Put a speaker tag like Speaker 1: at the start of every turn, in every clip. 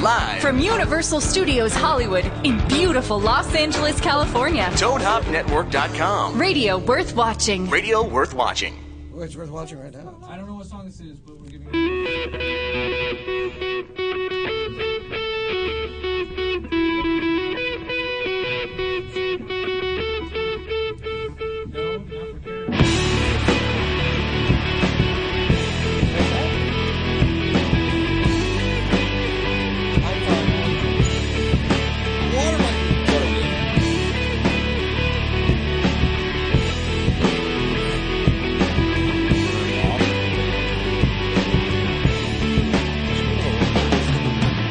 Speaker 1: Uh,
Speaker 2: Universal Studios Hollywood in beautiful Los Angeles, California.
Speaker 3: ToadHopNetwork.com.
Speaker 2: Radio worth watching.
Speaker 3: Radio worth watching.
Speaker 4: Oh, it's worth watching right now.
Speaker 5: I don't know what song this is, but we're giving you. No, not for Karen.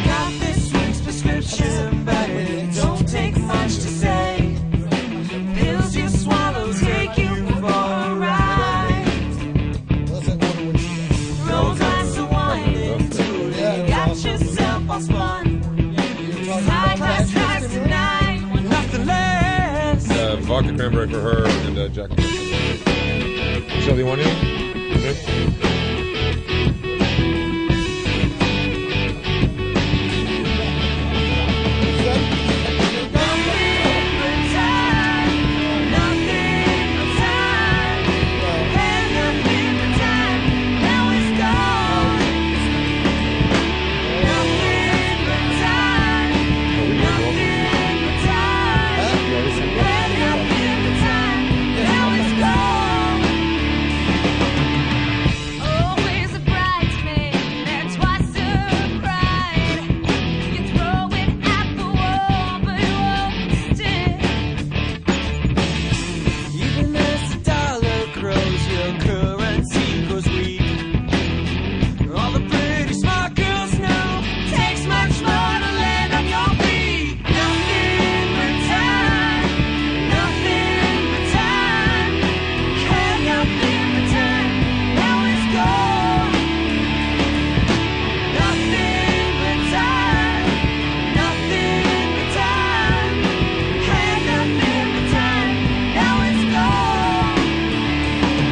Speaker 6: Got this week's prescription, but it don't take much to say. Pills you swallow take you for a ride.
Speaker 4: Doesn't matter what you
Speaker 6: Throw a glass of wine into it, and you got yourself all spun. High class highs tonight, nothing less.
Speaker 1: Uh, vodka cranberry for her and uh, Jack. Shelby, want you? Okay.
Speaker 7: Always a bridesmaid, and twice a bride. You throw it at the wall, but it won't stick.
Speaker 6: Even as the dollar grows, your currency goes weak. All the pretty smart girls know takes much more to land on your feet. Nothing but time, nothing but time. Had nothing but time, now it's gone. Nothing but time, nothing but time. Had nothing but time, now it's gone.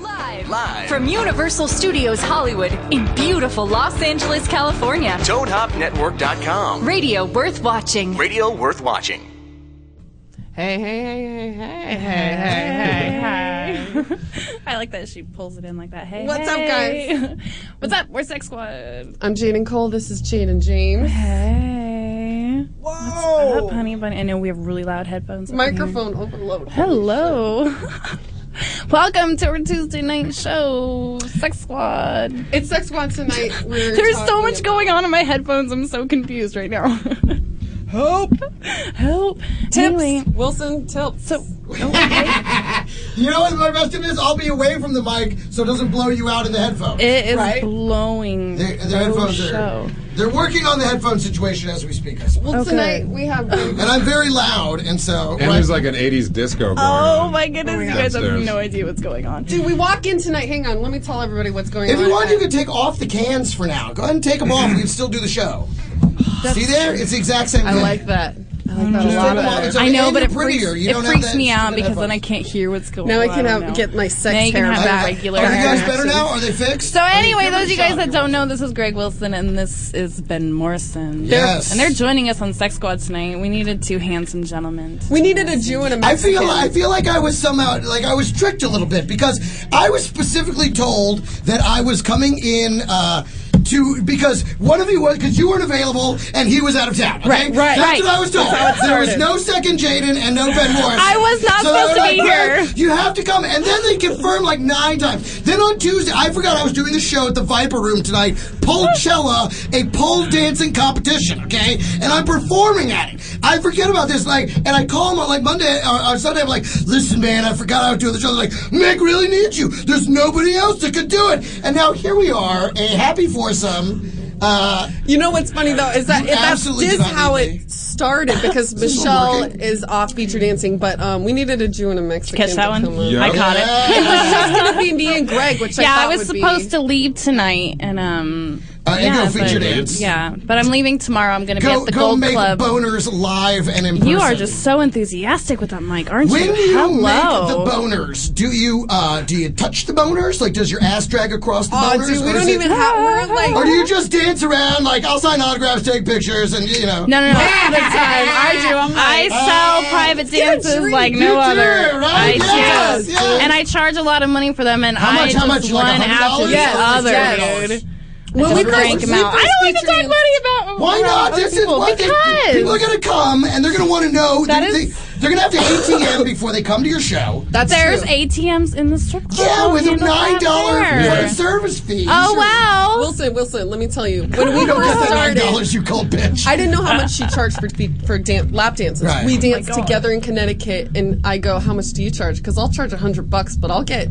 Speaker 2: Live.
Speaker 3: Live.
Speaker 2: From Universal Studios Hollywood in beautiful Los Angeles, California.
Speaker 3: ToadHopNetwork.com.
Speaker 2: Radio worth watching.
Speaker 3: Radio worth watching.
Speaker 8: Hey, hey, hey, hey, hey, hey, hey, hey, hey.
Speaker 9: I like that she pulls it in like that. Hey,
Speaker 8: What's up,
Speaker 9: up, guys? What's up? We're Sex Squad.
Speaker 8: I'm Jane and Cole. This is Jane and James.
Speaker 9: Hey,
Speaker 4: Whoa!
Speaker 9: up, honey bunny. I know we have really loud headphones. over here.
Speaker 8: Microphone overload.
Speaker 9: Hello. Welcome to our Tuesday night show, Sex Squad.
Speaker 8: It's Sex Squad tonight. We're
Speaker 9: There's so
Speaker 8: talking
Speaker 9: much
Speaker 8: about-
Speaker 9: going on in my headphones. I'm so confused right now.
Speaker 4: Help!
Speaker 9: Help. Tips.
Speaker 8: Wilson tilts.
Speaker 9: so
Speaker 4: You know what my best tip is? I'll be away from the mic so it doesn't blow you out in the headphones.
Speaker 9: it is
Speaker 4: right?
Speaker 9: blowing.
Speaker 4: Their,
Speaker 9: the
Speaker 4: their headphones
Speaker 9: show.
Speaker 4: are. They're working on the headphone situation as we speak, I suppose.
Speaker 8: Well,
Speaker 9: Okay.
Speaker 8: tonight we have
Speaker 4: And I'm very loud, and so.
Speaker 1: And there's like an 80s disco. Going
Speaker 9: Oh
Speaker 1: on.
Speaker 9: my goodness, you guys have
Speaker 1: Upstairs.
Speaker 9: no idea what's going on.
Speaker 8: Dude, we walk in tonight. Hang on, let me tell everybody what's going
Speaker 4: if
Speaker 8: on.
Speaker 4: you want, you could take off the cans for now. Go ahead and take them off. We can still do the show. See there? It's the exact same
Speaker 8: I
Speaker 4: thing.
Speaker 8: like that.
Speaker 10: I like that a
Speaker 4: Just
Speaker 10: lot
Speaker 4: take them off.
Speaker 10: better.
Speaker 4: It's okay.
Speaker 9: I know,
Speaker 4: And
Speaker 9: but
Speaker 4: you're
Speaker 9: it freaks,
Speaker 4: prettier. You
Speaker 9: it
Speaker 4: don't have
Speaker 9: freaks
Speaker 4: that
Speaker 9: me out
Speaker 4: stupid
Speaker 9: because then I
Speaker 4: headphones.
Speaker 9: can't hear what's going
Speaker 8: Now
Speaker 9: on.
Speaker 8: I can
Speaker 9: don't
Speaker 8: have,
Speaker 9: know.
Speaker 8: get my sex
Speaker 9: Now you can
Speaker 8: hair
Speaker 9: have
Speaker 8: back.
Speaker 9: that
Speaker 4: I-
Speaker 9: regular
Speaker 4: Are you guys
Speaker 9: hair.
Speaker 4: better now? Are they fixed?
Speaker 9: So anyway,
Speaker 4: give it
Speaker 9: those of
Speaker 4: a
Speaker 9: you guys
Speaker 4: shot.
Speaker 9: that don't know, this is Greg Wilson and this is Ben Morrison.
Speaker 4: Yes.
Speaker 9: And they're joining us on Sex Squad tonight. We needed two handsome gentlemen.
Speaker 8: We needed a Jew and a
Speaker 4: I
Speaker 8: Mexican.
Speaker 4: feel I feel like I was somehow like I was tricked a little bit because I was specifically told that I was coming in uh, to because one of you was because you weren't available and he was out of town. okay?
Speaker 8: Right, right,
Speaker 4: That's
Speaker 8: right.
Speaker 4: what I was told. There was no second Jaden and no Ben Morris.
Speaker 9: I was not
Speaker 4: they were
Speaker 9: supposed to be
Speaker 4: "Greg,
Speaker 9: here."
Speaker 4: You have to come, and then they confirmed like nine times. Then on Tuesday, I forgot I was doing the show at the Viper Room tonight, Polcella, a pole dancing competition. Okay, and I'm performing at it. I forget about this, like, and I call him on like Monday or, or Sunday. I'm like, listen, man, I forgot I was doing the show. They're like, Meg really needs you. There's nobody else that could do it. And now here we are, a happy foursome. Uh,
Speaker 8: You know what's funny though is that
Speaker 4: You
Speaker 8: that's
Speaker 4: absolutely
Speaker 8: just
Speaker 4: did not
Speaker 8: how
Speaker 4: need me.
Speaker 8: it started because
Speaker 4: is
Speaker 8: Michelle
Speaker 4: working.
Speaker 8: is off feature dancing, but um, we needed a Jew and a Mexican.
Speaker 9: Catch that
Speaker 8: to
Speaker 9: one?
Speaker 8: come on.
Speaker 1: Yeah.
Speaker 9: I caught it.
Speaker 8: It was just gonna be me and Greg, which I
Speaker 9: yeah, I,
Speaker 8: thought
Speaker 9: was
Speaker 8: would be-
Speaker 9: supposed to leave tonight, and um,
Speaker 4: Uh, and
Speaker 9: yeah,
Speaker 4: go feature
Speaker 9: but,
Speaker 4: dance.
Speaker 9: Yeah, but I'm leaving tomorrow. I'm going to be
Speaker 4: go
Speaker 9: at the
Speaker 4: go
Speaker 9: Gold
Speaker 4: make
Speaker 9: Club.
Speaker 4: boners live and in person.
Speaker 9: you are just so enthusiastic with that mic, aren't
Speaker 4: When
Speaker 9: you?
Speaker 4: do you
Speaker 9: Hello.
Speaker 4: make the boners? Do you uh, do you touch the boners? Like, does your ass drag across the
Speaker 8: Oh,
Speaker 4: boners?
Speaker 8: dude,
Speaker 4: or
Speaker 8: we
Speaker 4: is
Speaker 8: don't
Speaker 4: it-
Speaker 8: even have. We're like
Speaker 4: Or do you just dance around? Like, I'll sign autographs, take pictures, and you know.
Speaker 9: no, no, no. All the time. I do. I'm like, uh, I sell private dances
Speaker 8: drink.
Speaker 9: like no
Speaker 4: "Oh, You do,
Speaker 9: other.
Speaker 4: right?
Speaker 9: I
Speaker 4: Yes,
Speaker 9: do.
Speaker 4: yes.
Speaker 9: And I charge a lot of money for them, and
Speaker 4: How
Speaker 9: I
Speaker 4: much- how much?
Speaker 9: just
Speaker 4: Like
Speaker 9: one after
Speaker 4: $100?
Speaker 9: the
Speaker 4: Yes,
Speaker 9: other,
Speaker 8: yes.
Speaker 9: dude.
Speaker 8: When
Speaker 9: Just
Speaker 8: we first-
Speaker 9: crank 'em
Speaker 8: we
Speaker 9: out. I
Speaker 8: first
Speaker 9: don't like to talk
Speaker 8: featured-
Speaker 9: money about
Speaker 4: Why
Speaker 9: about
Speaker 4: not?
Speaker 9: other
Speaker 4: This is
Speaker 9: Oh, people.
Speaker 4: what they-
Speaker 9: because
Speaker 4: people are going to come, and they're going to want to know.
Speaker 9: That
Speaker 4: they,
Speaker 9: is-
Speaker 4: they, they're going to have to ATM before they come to your show.
Speaker 8: That's
Speaker 9: There's
Speaker 8: true.
Speaker 9: ATMs in the strip club.
Speaker 4: yeah,
Speaker 9: I'll
Speaker 4: with a
Speaker 9: handle
Speaker 4: nine
Speaker 9: that
Speaker 4: dollar
Speaker 9: there.
Speaker 4: service fee.
Speaker 9: Oh wow.
Speaker 8: Wilson, Wilson, let me tell you. When we
Speaker 4: You don't
Speaker 8: first
Speaker 4: get that nine
Speaker 8: started,
Speaker 4: dollars, you cold bitch.
Speaker 8: I didn't know how much she charged for the- for dan- lap dances.
Speaker 4: Right.
Speaker 8: We
Speaker 4: Oh my
Speaker 8: danced
Speaker 9: God.
Speaker 8: together in Connecticut, and I go, "How much do you charge?" Because I'll charge a hundred bucks, but I'll get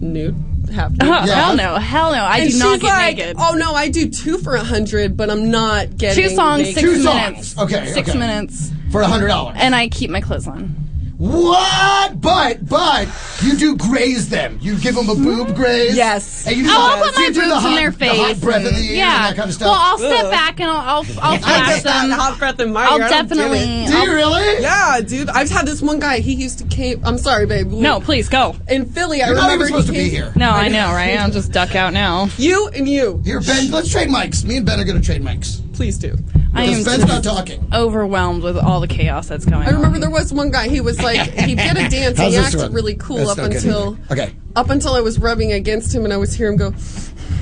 Speaker 8: nude. Half nude.
Speaker 9: Oh,
Speaker 4: Yeah.
Speaker 9: Hell no, hell no. I
Speaker 8: And
Speaker 9: do not
Speaker 8: she's
Speaker 9: get
Speaker 8: like,
Speaker 9: naked.
Speaker 8: "Oh no, I do two for a hundred, but I'm not getting
Speaker 9: Two songs,
Speaker 8: naked."
Speaker 9: six
Speaker 4: Two
Speaker 9: minutes.
Speaker 4: songs. Okay,
Speaker 9: Six
Speaker 4: okay.
Speaker 9: minutes.
Speaker 4: for a hundred dollars.
Speaker 9: And I keep my clothes on.
Speaker 4: What? But but you do graze them. You give them a boob graze.
Speaker 8: Yes.
Speaker 4: And you do
Speaker 9: Oh, I'll
Speaker 4: the-
Speaker 9: put my
Speaker 4: you do the
Speaker 9: boobs in
Speaker 4: hot-
Speaker 9: their face.
Speaker 4: The hot breath in the air
Speaker 9: yeah.
Speaker 4: and that kind of
Speaker 9: Well,
Speaker 4: stuff.
Speaker 9: I'll step back and I'll I'll, I'll flash them.
Speaker 8: breath in my
Speaker 9: I'll definitely.
Speaker 4: do you really?
Speaker 8: Yeah, dude. I've had this one guy. He used to came. I'm sorry, babe.
Speaker 9: No, please go.
Speaker 8: in Philly, I
Speaker 4: You're not
Speaker 8: remember
Speaker 4: even supposed to
Speaker 8: he
Speaker 4: be
Speaker 8: came-
Speaker 4: here.
Speaker 9: No, I know, right? I'll just duck out now.
Speaker 8: You and you,
Speaker 4: Here, Ben. Let's trade mics. Me and Ben are going to trade mics
Speaker 8: please do.
Speaker 9: I
Speaker 4: because
Speaker 9: am
Speaker 4: Ben's
Speaker 9: just
Speaker 4: not talking.
Speaker 9: overwhelmed with all the chaos that's going on.
Speaker 8: I remember there was one guy. He was like, he did a dance. and
Speaker 4: How's
Speaker 8: he
Speaker 4: this
Speaker 8: acted
Speaker 4: one?
Speaker 8: really cool
Speaker 4: That's
Speaker 8: up
Speaker 4: not good
Speaker 8: until
Speaker 4: either. Okay.
Speaker 8: up until I was rubbing against him, and I was hear him go,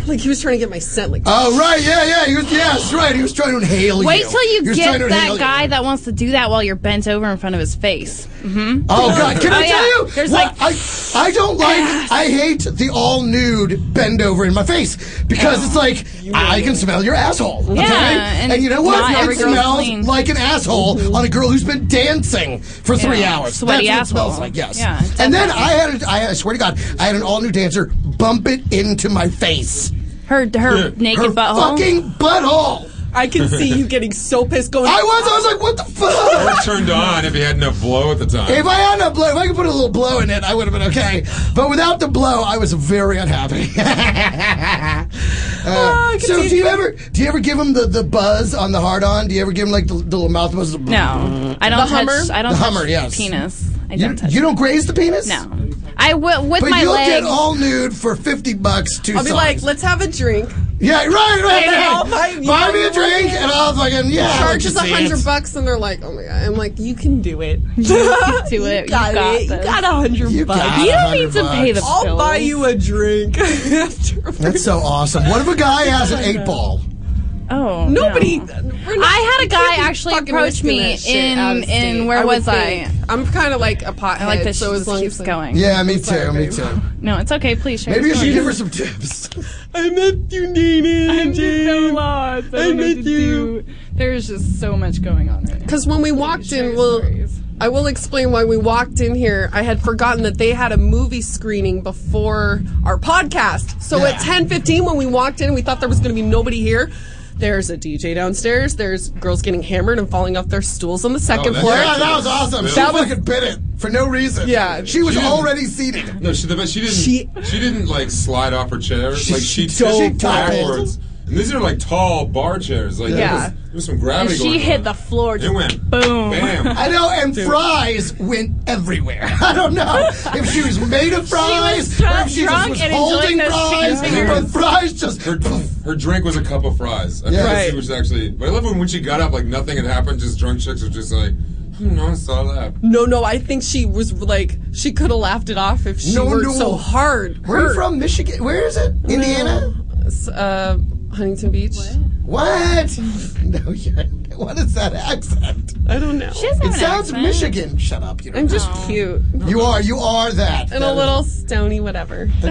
Speaker 8: like he was trying to get my scent. Like
Speaker 4: Oh right, yeah, yeah. He was, yes, right. He was trying to inhale you.
Speaker 9: Wait till you
Speaker 4: He was
Speaker 9: get
Speaker 4: trying to inhale
Speaker 9: that
Speaker 4: you.
Speaker 9: guy that wants to do that while you're bent over in front of his face.
Speaker 8: Mm-hmm.
Speaker 4: Oh God! Can
Speaker 9: Oh,
Speaker 4: I
Speaker 9: yeah.
Speaker 4: tell you?
Speaker 9: There's
Speaker 4: what-
Speaker 9: like-
Speaker 4: I, I don't like. I hate the all nude bend over in my face because it's like I can smell your asshole. okay?
Speaker 9: and
Speaker 4: and you know what?
Speaker 9: not
Speaker 4: It
Speaker 9: every girl's
Speaker 4: smells
Speaker 9: clean.
Speaker 4: like an asshole on a girl who's been dancing for three
Speaker 9: Yeah.
Speaker 4: hours.
Speaker 9: Sweaty
Speaker 4: That's what
Speaker 9: asshole.
Speaker 4: it smells like. Yes.
Speaker 9: Yeah,
Speaker 4: and then I had, a, I swear to God, I had an all nude dancer bump it into my face.
Speaker 9: Her her naked
Speaker 4: Her
Speaker 9: butthole.
Speaker 4: fucking butthole.
Speaker 8: I can see you getting so pissed. Going,
Speaker 4: I was. I was like, what the fuck?
Speaker 1: Or turned on if you had enough blow at the time.
Speaker 4: If I had a blow, if I could put a little blow in it, I would have been okay. But without the blow, I was very unhappy. Uh,
Speaker 8: Oh,
Speaker 4: so, do
Speaker 8: continue.
Speaker 4: you ever do you ever give him the, the buzz on the hard on? Do you ever give him like the, the little mouth buzz?
Speaker 9: No, I don't
Speaker 8: The Hummer?
Speaker 9: touch. I don't
Speaker 4: The
Speaker 9: touch
Speaker 4: Hummer, yes.
Speaker 9: penis. I
Speaker 4: you,
Speaker 9: don't touch.
Speaker 4: you don't graze the penis.
Speaker 9: no, I wi- with
Speaker 4: but
Speaker 9: my
Speaker 4: you'll
Speaker 9: leg.
Speaker 4: get all nude for fifty bucks. Two.
Speaker 8: I'll be
Speaker 4: songs.
Speaker 8: like, let's have a drink.
Speaker 4: yeah, right, right. right.
Speaker 8: And I'll buy you
Speaker 4: buy me a
Speaker 8: one.
Speaker 4: drink, and I'll fucking yeah. I'll let you
Speaker 8: Charges a
Speaker 4: see it.
Speaker 8: hundred bucks, and they're like, oh my god. I'm like, you can do it. You
Speaker 9: do it. You
Speaker 8: got
Speaker 9: got
Speaker 8: it. You
Speaker 9: this.
Speaker 8: got a
Speaker 4: You
Speaker 8: hundred bucks.
Speaker 4: got
Speaker 9: you don't
Speaker 4: 100
Speaker 9: need to pay the
Speaker 4: bucks.
Speaker 8: I'll
Speaker 9: bills.
Speaker 8: buy you a drink afterwards.
Speaker 4: That's so awesome. What if a guy has an eight ball?
Speaker 9: Oh,
Speaker 8: Nobody.
Speaker 9: no.
Speaker 8: we're not-
Speaker 9: I had a
Speaker 8: we can't
Speaker 9: guy
Speaker 8: be
Speaker 9: actually
Speaker 8: fucking
Speaker 9: approach
Speaker 8: risking
Speaker 9: me
Speaker 8: that shit out
Speaker 9: in
Speaker 8: of state,
Speaker 9: in where
Speaker 8: I would
Speaker 9: was I?
Speaker 8: think. I'm kind of like a pothead.
Speaker 9: I like that
Speaker 8: so
Speaker 9: she
Speaker 8: as
Speaker 9: just
Speaker 8: long
Speaker 9: keeps
Speaker 8: as I-
Speaker 9: going.
Speaker 4: Yeah, me too. Me too.
Speaker 9: No, it's okay. Please share.
Speaker 4: Maybe you
Speaker 9: your
Speaker 4: should
Speaker 9: story.
Speaker 4: give her some tips.
Speaker 8: I met you, Nina.
Speaker 9: so lost. I,
Speaker 8: don't know what to do.
Speaker 9: There's just so much going on right now.
Speaker 8: Because when we walked in, well, I will explain why we walked in here. I had forgotten that they had a movie screening before our podcast. So
Speaker 4: Yeah.
Speaker 8: at ten fifteen, when we walked in, we thought there was going to be nobody here. There's a DJ downstairs. There's girls getting hammered and falling off their stools on the second
Speaker 1: that's
Speaker 8: floor.
Speaker 4: Yeah, Oh, that was awesome. She
Speaker 1: That
Speaker 8: was-
Speaker 4: fucking bit it for no reason.
Speaker 8: Yeah.
Speaker 4: she was
Speaker 1: She didn't-
Speaker 4: already seated.
Speaker 1: No, she, the, she didn't.
Speaker 8: She-
Speaker 1: She, didn't like slide off her chair. like she
Speaker 4: she
Speaker 1: tipped
Speaker 4: toppled.
Speaker 1: backwards And these are like tall bar chairs. Like,
Speaker 9: Yeah.
Speaker 1: there, was, there was some gravity
Speaker 9: And she
Speaker 1: going
Speaker 9: hit
Speaker 1: on.
Speaker 9: the floor. Just
Speaker 1: It went
Speaker 9: boom.
Speaker 1: Bam.
Speaker 4: I know, and
Speaker 1: Dude.
Speaker 4: fries went everywhere. I don't know if she was made of fries, or if she just
Speaker 9: drunk
Speaker 4: was
Speaker 9: and
Speaker 4: holding
Speaker 9: enjoying those
Speaker 4: fries,
Speaker 9: chicken
Speaker 4: but fries just.
Speaker 1: Her, her drink was a cup of fries. I
Speaker 4: Yeah.
Speaker 1: yeah.
Speaker 4: Right.
Speaker 1: she was actually. But I love when, when she got up, like nothing had happened. Just drunk chicks were just like, hmm, no one saw that.
Speaker 8: No, no, I think she was like she could have laughed it off if she
Speaker 4: No,
Speaker 8: worked
Speaker 4: no.
Speaker 8: so hard.
Speaker 4: Where are you from? Michigan? Where is it? Indiana?
Speaker 8: S- Uh, Huntington Beach.
Speaker 4: What? No, yeah. What is that accent?
Speaker 8: I don't know.
Speaker 10: She doesn't
Speaker 4: It
Speaker 10: have an
Speaker 4: sounds
Speaker 10: accent.
Speaker 4: Michigan. Shut up. You,
Speaker 8: I'm just cute
Speaker 4: you are. You are that. That
Speaker 8: and a
Speaker 4: is-
Speaker 8: little stony, whatever.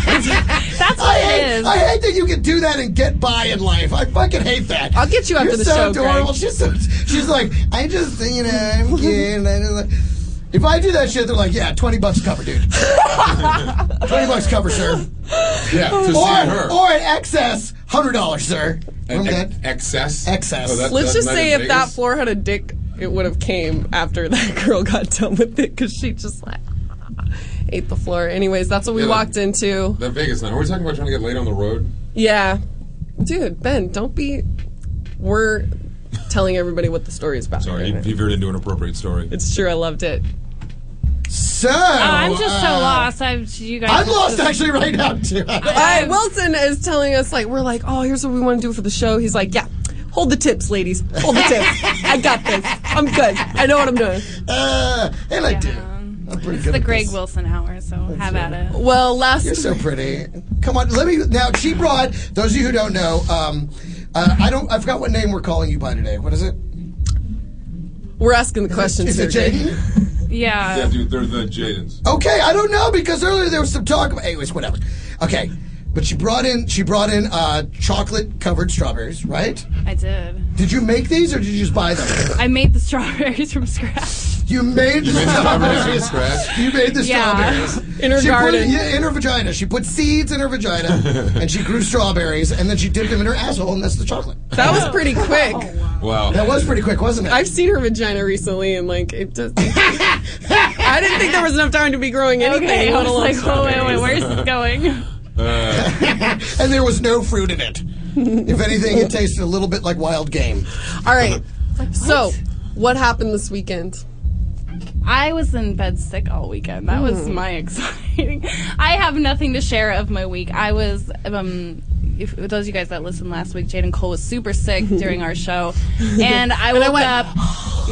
Speaker 9: That's
Speaker 4: I
Speaker 9: what it
Speaker 4: hate,
Speaker 9: is.
Speaker 4: I hate that you can do that and get by in life. I fucking hate that.
Speaker 8: I'll get you after
Speaker 4: You're
Speaker 8: the
Speaker 4: so
Speaker 8: show, Greg.
Speaker 4: Adorable. She's so, she's like, I just you know, I'm cute. And I just like, if I do that shit, they're like, yeah, twenty bucks cover, dude. twenty bucks cover, sir.
Speaker 1: Yeah, to see
Speaker 4: Or
Speaker 1: her.
Speaker 4: or in excess, hundred dollars, sir.
Speaker 1: And
Speaker 4: Remember
Speaker 1: ex-
Speaker 4: that?
Speaker 1: excess. Oh,
Speaker 4: Excess.
Speaker 1: that-
Speaker 8: Let's
Speaker 1: that
Speaker 8: just
Speaker 1: night
Speaker 8: say
Speaker 1: in
Speaker 8: if that
Speaker 1: Vegas?
Speaker 8: floor had a dick, it would have came after that girl got done with it because she just like ate the floor. Anyways, that's what we
Speaker 1: Yeah, that-
Speaker 8: walked into.
Speaker 1: That Vegas night. Are we talking about trying to get laid on the road?
Speaker 8: Yeah, dude, Ben, don't be. We're telling everybody what the story is about.
Speaker 1: Sorry, he,
Speaker 8: Right?
Speaker 1: he veered into an appropriate story.
Speaker 8: It's true. I loved it.
Speaker 4: So
Speaker 9: Oh, I'm just so
Speaker 4: uh,
Speaker 9: lost. I'm you guys.
Speaker 4: I'm lost actually right now too.
Speaker 8: I, Uh, Wilson is telling us like we're like, oh, here's what we want to do for the show. He's like, yeah, hold the tips, ladies, hold the tips. I got this. I'm good. I know what I'm doing.
Speaker 4: Uh, and I do. I'm pretty good.
Speaker 9: the
Speaker 4: at
Speaker 9: Greg
Speaker 4: this.
Speaker 9: Wilson hour. So have at it.
Speaker 8: Well, last
Speaker 4: You're so pretty. Come on, let me now. She brought those of you who don't know. Um, uh, I don't. I forgot what name we're calling you by today. What is it?
Speaker 8: we're asking the
Speaker 4: Is
Speaker 8: questions here.
Speaker 4: it
Speaker 8: Jake.
Speaker 4: Jaden?
Speaker 1: Yeah,
Speaker 9: Yeah.
Speaker 1: dude, they're the Jadens.
Speaker 4: Okay, I don't know because earlier there was some talk about. Anyways, whatever. Okay, but she brought in she brought in uh, chocolate covered strawberries, right?
Speaker 9: I did.
Speaker 4: Did you make these or did you just buy them?
Speaker 9: I made the strawberries from scratch.
Speaker 4: You made the
Speaker 1: made the strawberries
Speaker 4: strawberries.
Speaker 1: from scratch?
Speaker 4: You made the
Speaker 9: Yeah.
Speaker 4: strawberries.
Speaker 8: In her
Speaker 4: she
Speaker 8: garden.
Speaker 4: Put, yeah, in her vagina. She put seeds in her vagina and she grew strawberries and then she dipped them in her asshole and that's the chocolate.
Speaker 8: That was pretty quick.
Speaker 1: Wow.
Speaker 4: That was pretty quick, wasn't it?
Speaker 8: I've seen her vagina recently, and like it does. I didn't think there was enough time to be growing anything.
Speaker 9: Okay, I
Speaker 8: let
Speaker 9: was
Speaker 8: alone
Speaker 9: like, whoa, wait, wait,
Speaker 8: strawberries.
Speaker 9: where's this going?
Speaker 4: and there was no fruit in it. if anything, it tasted a little bit like wild game.
Speaker 8: All right. So, what happened this weekend?
Speaker 9: I was in bed sick all weekend. That was my exciting. I have nothing to share of my week. I was, um, if, with those of you guys that listened last week, Jaden Cole was super sick during our show, and I woke up.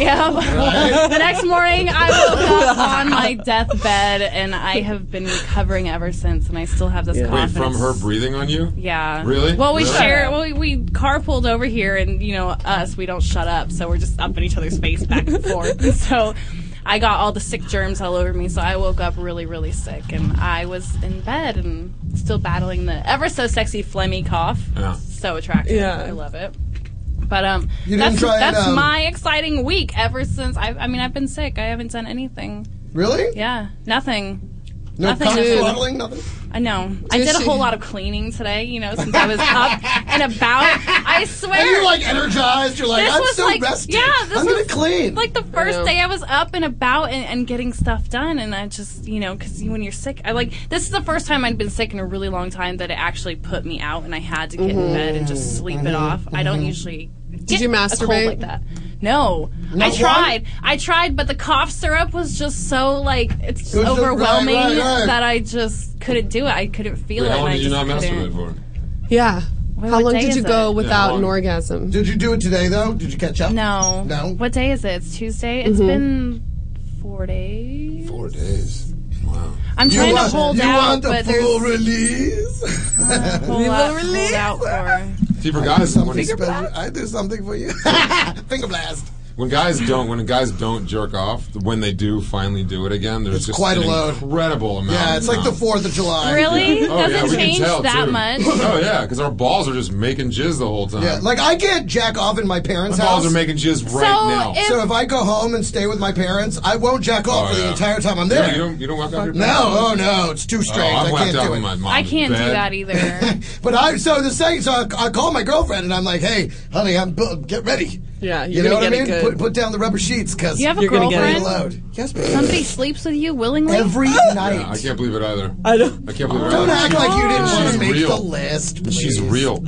Speaker 9: Yeah. the next morning, I woke up on my deathbed, and I have been recovering ever since. And I still have this cough.
Speaker 1: Wait,
Speaker 9: and
Speaker 1: from
Speaker 9: it's
Speaker 1: her breathing on you?
Speaker 9: Yeah.
Speaker 1: Really?
Speaker 9: Well, we
Speaker 1: Really?
Speaker 9: share. Well, we, we carpooled over here, and you know us, we don't shut up, so we're just up in each other's face back and forth. so, I got all the sick germs all over me. So I woke up really, really sick, and I was in bed and still battling the ever so sexy phlegmy cough.
Speaker 1: Yeah.
Speaker 9: So attractive.
Speaker 8: Yeah.
Speaker 9: I love it. But um,
Speaker 4: You didn't
Speaker 9: that's
Speaker 4: try and,
Speaker 9: that's
Speaker 4: um,
Speaker 9: my exciting week ever since. I, I mean, I've been sick. I haven't done anything.
Speaker 4: Really?
Speaker 9: Yeah, nothing.
Speaker 4: No
Speaker 9: Nothing
Speaker 4: cock
Speaker 9: to do.
Speaker 4: throttling, nothing.
Speaker 9: I know. I did a
Speaker 8: she-
Speaker 9: whole lot of cleaning today, you know, since I was up and about. I
Speaker 4: And
Speaker 9: swear.
Speaker 4: you're like energized. You're like,
Speaker 9: This
Speaker 4: I'm
Speaker 9: was
Speaker 4: so
Speaker 9: like-
Speaker 4: rested.
Speaker 9: yeah, this
Speaker 4: I'm gonna
Speaker 9: was
Speaker 4: clean.
Speaker 9: like the first
Speaker 8: know.
Speaker 9: day I was up and about and, and getting stuff done, and I just, you know, because when you're sick, I like this is the first time I'd been sick in a really long time that it actually put me out, and I had to get
Speaker 8: Mm-hmm.
Speaker 9: in bed and
Speaker 4: Mm-hmm.
Speaker 9: just sleep it off. I don't usually. Did
Speaker 8: you
Speaker 9: A cold
Speaker 8: masturbate?
Speaker 9: like that? No, I
Speaker 4: one?
Speaker 9: tried. I tried, but the cough syrup was just so like it's
Speaker 4: was just- right,
Speaker 9: overwhelming
Speaker 4: right, right.
Speaker 9: that I just couldn't do it. I couldn't feel
Speaker 1: Wait,
Speaker 9: it.
Speaker 1: how long
Speaker 9: and I
Speaker 1: did you
Speaker 9: just
Speaker 1: not masturbate
Speaker 9: couldn't.
Speaker 1: for?
Speaker 8: Yeah. How
Speaker 9: what
Speaker 8: long
Speaker 9: day
Speaker 8: did you
Speaker 9: is
Speaker 8: go
Speaker 9: it?
Speaker 8: without
Speaker 1: Yeah.
Speaker 8: an orgasm?
Speaker 4: Did you do it today though? Did you catch up?
Speaker 9: No.
Speaker 4: No?
Speaker 9: What day is it? It's Tuesday.
Speaker 8: Mm-hmm.
Speaker 9: It's been four days.
Speaker 1: Four days. Wow.
Speaker 9: I'm
Speaker 4: You
Speaker 9: trying
Speaker 4: want,
Speaker 9: to hold
Speaker 4: you
Speaker 9: out,
Speaker 4: want the
Speaker 9: but there's
Speaker 4: full release?
Speaker 9: hold, out, hold out for.
Speaker 1: See, for guys, when,
Speaker 4: Something special. I do something for you. Finger blast.
Speaker 1: when guys don't, when guys don't jerk off, when they do finally do it again, there's just
Speaker 4: quite a
Speaker 1: an
Speaker 4: load.
Speaker 1: incredible amount.
Speaker 4: Yeah, it's like the
Speaker 1: of-
Speaker 4: Fourth of July.
Speaker 9: Really?
Speaker 1: Oh, yeah,
Speaker 9: Doesn't
Speaker 1: we can
Speaker 9: change
Speaker 1: tell,
Speaker 9: that
Speaker 1: too.
Speaker 9: much.
Speaker 1: Oh yeah, because our balls are just making jizz the whole time.
Speaker 4: Yeah, like I can't jack off in my parents'
Speaker 1: my
Speaker 4: house.
Speaker 1: balls are making jizz right
Speaker 9: So,
Speaker 1: now.
Speaker 9: if-
Speaker 4: so if I go home and stay with my parents, I won't jack off
Speaker 1: Oh,
Speaker 4: for the
Speaker 1: yeah.
Speaker 4: entire time I'm
Speaker 1: You
Speaker 4: there.
Speaker 1: don't- you don't, you don't walk out your
Speaker 4: no, oh no, it's too
Speaker 1: Oh,
Speaker 4: strange.
Speaker 1: I'm
Speaker 4: I
Speaker 1: whacked
Speaker 4: can't
Speaker 1: out
Speaker 4: do
Speaker 1: with
Speaker 4: it.
Speaker 1: my mom.
Speaker 9: I can't do that either.
Speaker 4: But I so the second so I, I call my girlfriend and I'm like, hey, honey, I'm bu- get ready.
Speaker 8: Yeah,
Speaker 4: you
Speaker 8: Uh, you're
Speaker 4: know
Speaker 8: gonna
Speaker 4: what I
Speaker 8: get it
Speaker 4: mean.
Speaker 8: good.
Speaker 4: Put, put down the rubber sheets because
Speaker 9: You have a
Speaker 8: You're gonna get it.
Speaker 9: girlfriend?
Speaker 4: load. Yes, baby.
Speaker 9: Somebody sleeps with you willingly?
Speaker 4: every
Speaker 1: Yeah, I
Speaker 4: night.
Speaker 1: can't believe it either.
Speaker 8: I don't.
Speaker 1: I can't believe it.
Speaker 4: Don't
Speaker 1: either.
Speaker 4: act like you didn't want
Speaker 1: She's
Speaker 4: to make
Speaker 1: real.
Speaker 4: the list.
Speaker 1: She's
Speaker 4: please.
Speaker 1: real.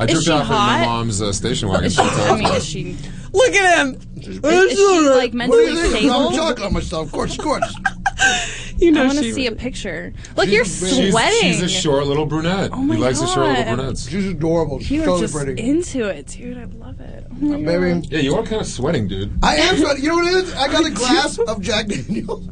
Speaker 1: I
Speaker 9: Is
Speaker 1: jerked
Speaker 9: she
Speaker 1: off in my
Speaker 9: hot?
Speaker 1: mom's uh, station wagon.
Speaker 9: Is she, I mean, is she
Speaker 8: Look at him.
Speaker 9: is she like mentally
Speaker 4: I'm
Speaker 9: stable?
Speaker 4: chocolate on myself. Of course, of course.
Speaker 8: You
Speaker 9: I
Speaker 8: know
Speaker 9: want
Speaker 8: she.
Speaker 9: to see a picture. Look, you're
Speaker 1: she's,
Speaker 9: sweating.
Speaker 1: she's a short little brunette. Oh
Speaker 9: my
Speaker 1: he likes the short little
Speaker 9: God.
Speaker 1: brunettes.
Speaker 4: She's adorable. She's
Speaker 9: you were
Speaker 4: totally
Speaker 9: just
Speaker 4: pretty.
Speaker 9: into it, dude. I love it. Oh my
Speaker 4: Baby.
Speaker 1: Yeah, you are kind of sweating, dude.
Speaker 4: I am sweating. You know what it is? I got a glass of Jack Daniels.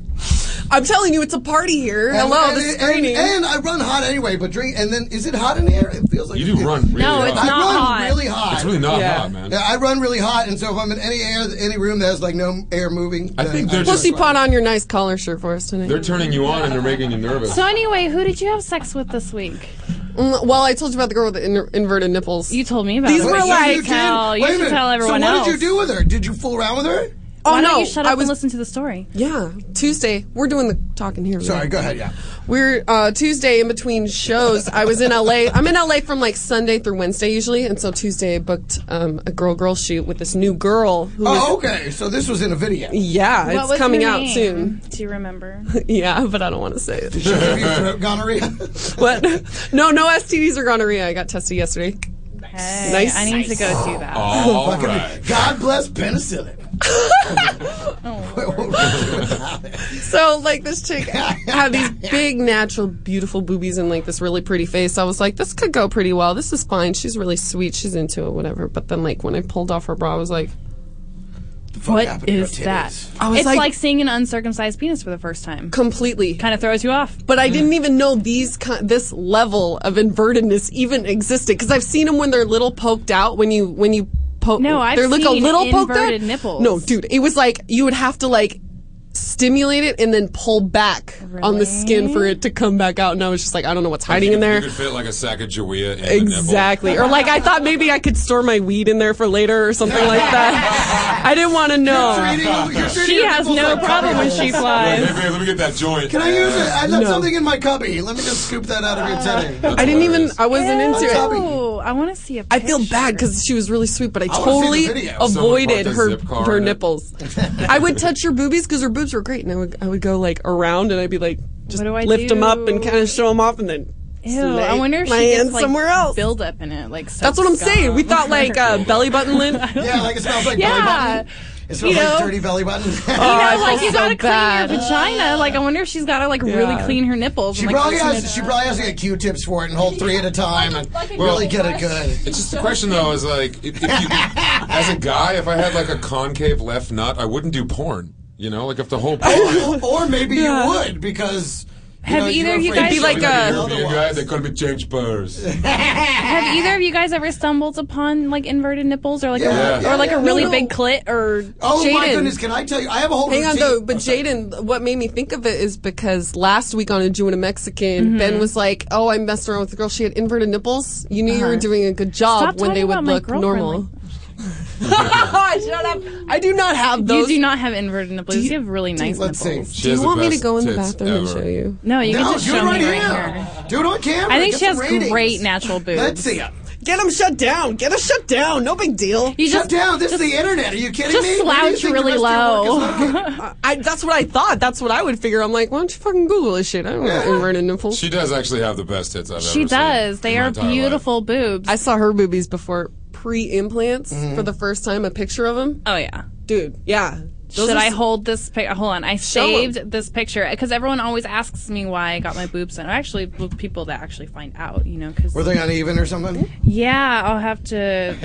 Speaker 8: I'm telling you, it's a party here. Hello,
Speaker 4: and,
Speaker 8: the
Speaker 4: and, and,
Speaker 8: screening.
Speaker 4: and I run hot anyway, but drink. And then, is it hot in here? It feels like
Speaker 1: You do
Speaker 4: it-
Speaker 1: run really
Speaker 9: No,
Speaker 1: hot.
Speaker 9: it's
Speaker 4: I
Speaker 9: not
Speaker 4: run
Speaker 9: hot.
Speaker 4: really hot.
Speaker 1: It's really not
Speaker 8: Yeah.
Speaker 1: hot, man.
Speaker 4: Yeah, I run really hot, and so if I'm in any air, any room that has like no air moving,
Speaker 1: I
Speaker 4: then
Speaker 1: think they're
Speaker 8: Pussy
Speaker 1: just,
Speaker 8: pot on your nice collar shirt for us tonight.
Speaker 1: they're turning you on and they're making you nervous.
Speaker 9: So anyway, who did you have sex with this week?
Speaker 8: Mm, well, I told you about the girl with the in- inverted nipples.
Speaker 9: You told me about.
Speaker 8: These
Speaker 9: it.
Speaker 8: were
Speaker 9: You
Speaker 8: like-
Speaker 9: should tell. You
Speaker 4: Wait a
Speaker 9: should
Speaker 4: minute.
Speaker 9: tell everyone
Speaker 4: so what
Speaker 9: else.
Speaker 4: did you do with her? Did you fool around with her?
Speaker 8: oh
Speaker 9: Why
Speaker 8: no,
Speaker 9: don't you shut up
Speaker 8: I was.
Speaker 9: and listen to the story?
Speaker 8: yeah, Tuesday. We're doing the talking here.
Speaker 4: Sorry,
Speaker 8: right?
Speaker 4: go ahead. Yeah.
Speaker 8: We're uh, Tuesday in between shows. I was in LA. I'm in LA from like Sunday through Wednesday usually, and so Tuesday I booked um, a girl girl shoot with this new girl. Who was-
Speaker 4: Oh, okay. So this was in a video. Did
Speaker 8: yeah,
Speaker 9: What
Speaker 8: it's
Speaker 9: was
Speaker 8: coming
Speaker 9: her
Speaker 8: out
Speaker 9: name?
Speaker 8: soon.
Speaker 9: Do you remember?
Speaker 8: Yeah, but I don't want to say it.
Speaker 4: she give you throat gonorrhea?
Speaker 8: What? No, no STDs or gonorrhea. I got tested yesterday.
Speaker 9: Hey,
Speaker 8: Nice.
Speaker 9: I need to go do that.
Speaker 1: All
Speaker 4: Fucking-
Speaker 1: right.
Speaker 4: God bless penicillin.
Speaker 9: Oh.
Speaker 8: So like this chick had these big natural beautiful boobies and like this really pretty face. I was like, this could go pretty well. This is fine. She's really sweet. She's into it, whatever. But then like when I pulled off her bra, I was like,
Speaker 9: What is that?
Speaker 8: I was
Speaker 9: It's
Speaker 8: like-
Speaker 9: like, seeing an uncircumcised penis for the first time.
Speaker 8: completely.
Speaker 9: Kind of throws you off.
Speaker 8: But I didn't even know these ki- this level of invertedness even existed because I've seen them when they're little poked out when you when you poke.
Speaker 9: No, I've
Speaker 8: they're like a
Speaker 9: seen
Speaker 8: little poked out.
Speaker 9: inverted nipples.
Speaker 8: No, dude, it was like you would have to like stimulate it and then pull back on the skin for it to come back out. And I was just like, I don't know what's hiding in
Speaker 1: You
Speaker 8: there.
Speaker 1: could fit like a sack of Jawea in
Speaker 8: Exactly. Or like I thought maybe I could store my weed in there for later or something like that. I didn't want to know.
Speaker 9: She has no problem when she
Speaker 1: the nipple.
Speaker 9: flies.
Speaker 1: Hey, babe, let me get that joint.
Speaker 4: Can I use it? I left
Speaker 8: No.
Speaker 4: something in my cubby. Let me just scoop that out of your teddy.
Speaker 8: I didn't even. I wasn't into it.
Speaker 4: Bobby.
Speaker 9: Oh, I want to see a
Speaker 8: I
Speaker 9: picture.
Speaker 8: feel bad because she was really sweet, but I,
Speaker 4: wanna see
Speaker 8: totally
Speaker 4: the video.
Speaker 1: Someone
Speaker 8: avoided
Speaker 1: parked a
Speaker 8: her
Speaker 1: zip car
Speaker 8: her
Speaker 1: in it.
Speaker 8: nipples. I would touch her boobies because her boobs were great, and I would I would go like around and I'd be like just
Speaker 9: What do I
Speaker 8: lift them up and
Speaker 9: do?
Speaker 8: kind of show them off, and then
Speaker 9: Ew,
Speaker 8: slay
Speaker 9: I wonder if
Speaker 8: my
Speaker 9: she
Speaker 8: hand
Speaker 9: gets like
Speaker 8: somewhere else.
Speaker 9: buildup in it. Like
Speaker 8: That's what I'm saying. We
Speaker 9: soap
Speaker 8: thought like
Speaker 9: scum.
Speaker 8: uh, belly button lint.
Speaker 4: Yeah, like it smells like belly
Speaker 9: yeah.
Speaker 4: button. It smells
Speaker 9: You know-
Speaker 4: like dirty belly button.
Speaker 9: You know,
Speaker 8: Oh, I feel
Speaker 9: like you
Speaker 8: so
Speaker 9: gotta
Speaker 8: bad.
Speaker 9: clean your vagina. Like I wonder if she's gotta like really
Speaker 8: Yeah.
Speaker 9: clean her nipples.
Speaker 8: Oh
Speaker 4: She
Speaker 9: and, like,
Speaker 4: probably
Speaker 9: loosen it
Speaker 4: has. She probably has to get Q-tips for it and hold three at a time and really get it good.
Speaker 1: It's just the question though is like, if, if you, as a guy, if I had like a concave left nut, I wouldn't do porn. You know, like if the whole porn.
Speaker 4: or maybe you would because you
Speaker 9: Have
Speaker 4: know,
Speaker 9: either
Speaker 4: you're
Speaker 9: of you
Speaker 4: afraid
Speaker 9: guys-
Speaker 4: to
Speaker 8: It'd be
Speaker 4: show
Speaker 8: like
Speaker 4: that
Speaker 8: a-
Speaker 4: you're
Speaker 1: European
Speaker 4: otherwise.
Speaker 1: guy, they could be James Burrs.
Speaker 9: Have either of you guys ever stumbled upon like inverted nipples or like
Speaker 4: Yeah.
Speaker 9: a,
Speaker 4: Yeah.
Speaker 9: or like
Speaker 4: Yeah.
Speaker 9: a really
Speaker 4: No, no.
Speaker 9: big clit or
Speaker 4: Oh my
Speaker 8: Jaden.
Speaker 4: goodness! Can I tell you? I have a whole
Speaker 8: Hang on
Speaker 4: routine.
Speaker 8: though, but Jaden, what made me think of it is because last week on a Jew and a Mexican,
Speaker 9: Mm-hmm.
Speaker 8: Ben was like, "Oh, I messed around with a girl. She had inverted nipples. You knew you were doing a good job
Speaker 9: Uh-huh. Stop
Speaker 8: when they
Speaker 9: talking
Speaker 8: would
Speaker 9: about my
Speaker 8: look
Speaker 9: girlfriend
Speaker 8: normal." Shut up! I do not have
Speaker 9: you
Speaker 8: those.
Speaker 9: do not have inverted nipples. You,
Speaker 8: you-
Speaker 9: have really nice
Speaker 4: Let's see.
Speaker 9: nipples.
Speaker 1: She
Speaker 8: Do you
Speaker 1: has the
Speaker 8: want me to
Speaker 1: best
Speaker 8: go in the
Speaker 1: tits
Speaker 8: bathroom and
Speaker 1: ever.
Speaker 8: show you?
Speaker 9: No, you
Speaker 4: No,
Speaker 9: can just
Speaker 4: do it
Speaker 9: show
Speaker 4: right
Speaker 9: me right
Speaker 4: here.
Speaker 9: here.
Speaker 4: Do it on camera.
Speaker 9: I think
Speaker 4: Get
Speaker 9: she has
Speaker 4: some ratings.
Speaker 9: great natural boobs.
Speaker 4: Let's see it.
Speaker 8: Get them shut down. Get them shut down. No big deal.
Speaker 9: You
Speaker 4: Shut
Speaker 9: just
Speaker 4: down. This is the internet. Are you kidding
Speaker 9: just
Speaker 4: me? Where do you think
Speaker 9: slouch
Speaker 4: the
Speaker 9: really
Speaker 4: rest of your work
Speaker 9: low.
Speaker 4: is located?
Speaker 8: I, that's what I thought. That's what I would figure. I'm like, why don't you fucking Google this shit? I don't know inverted nipples.
Speaker 1: She does actually have the best tits I've ever
Speaker 9: she
Speaker 1: seen.
Speaker 9: does.
Speaker 1: in
Speaker 9: They
Speaker 1: my
Speaker 9: are
Speaker 1: entire life.
Speaker 9: beautiful boobs.
Speaker 8: I saw her boobies before pre-implants
Speaker 4: Mm-hmm.
Speaker 8: for the first time. A picture of them,
Speaker 9: oh yeah.
Speaker 8: dude. Yeah. Those
Speaker 9: Should
Speaker 8: are
Speaker 9: I
Speaker 8: s-
Speaker 9: hold this picture? Hold on. I
Speaker 8: Show 'em.
Speaker 9: saved this picture because everyone always asks me why I got my boobs done. Or actually, people that actually find out, you know, because
Speaker 4: Were they uneven or something?
Speaker 9: Yeah, I'll have to.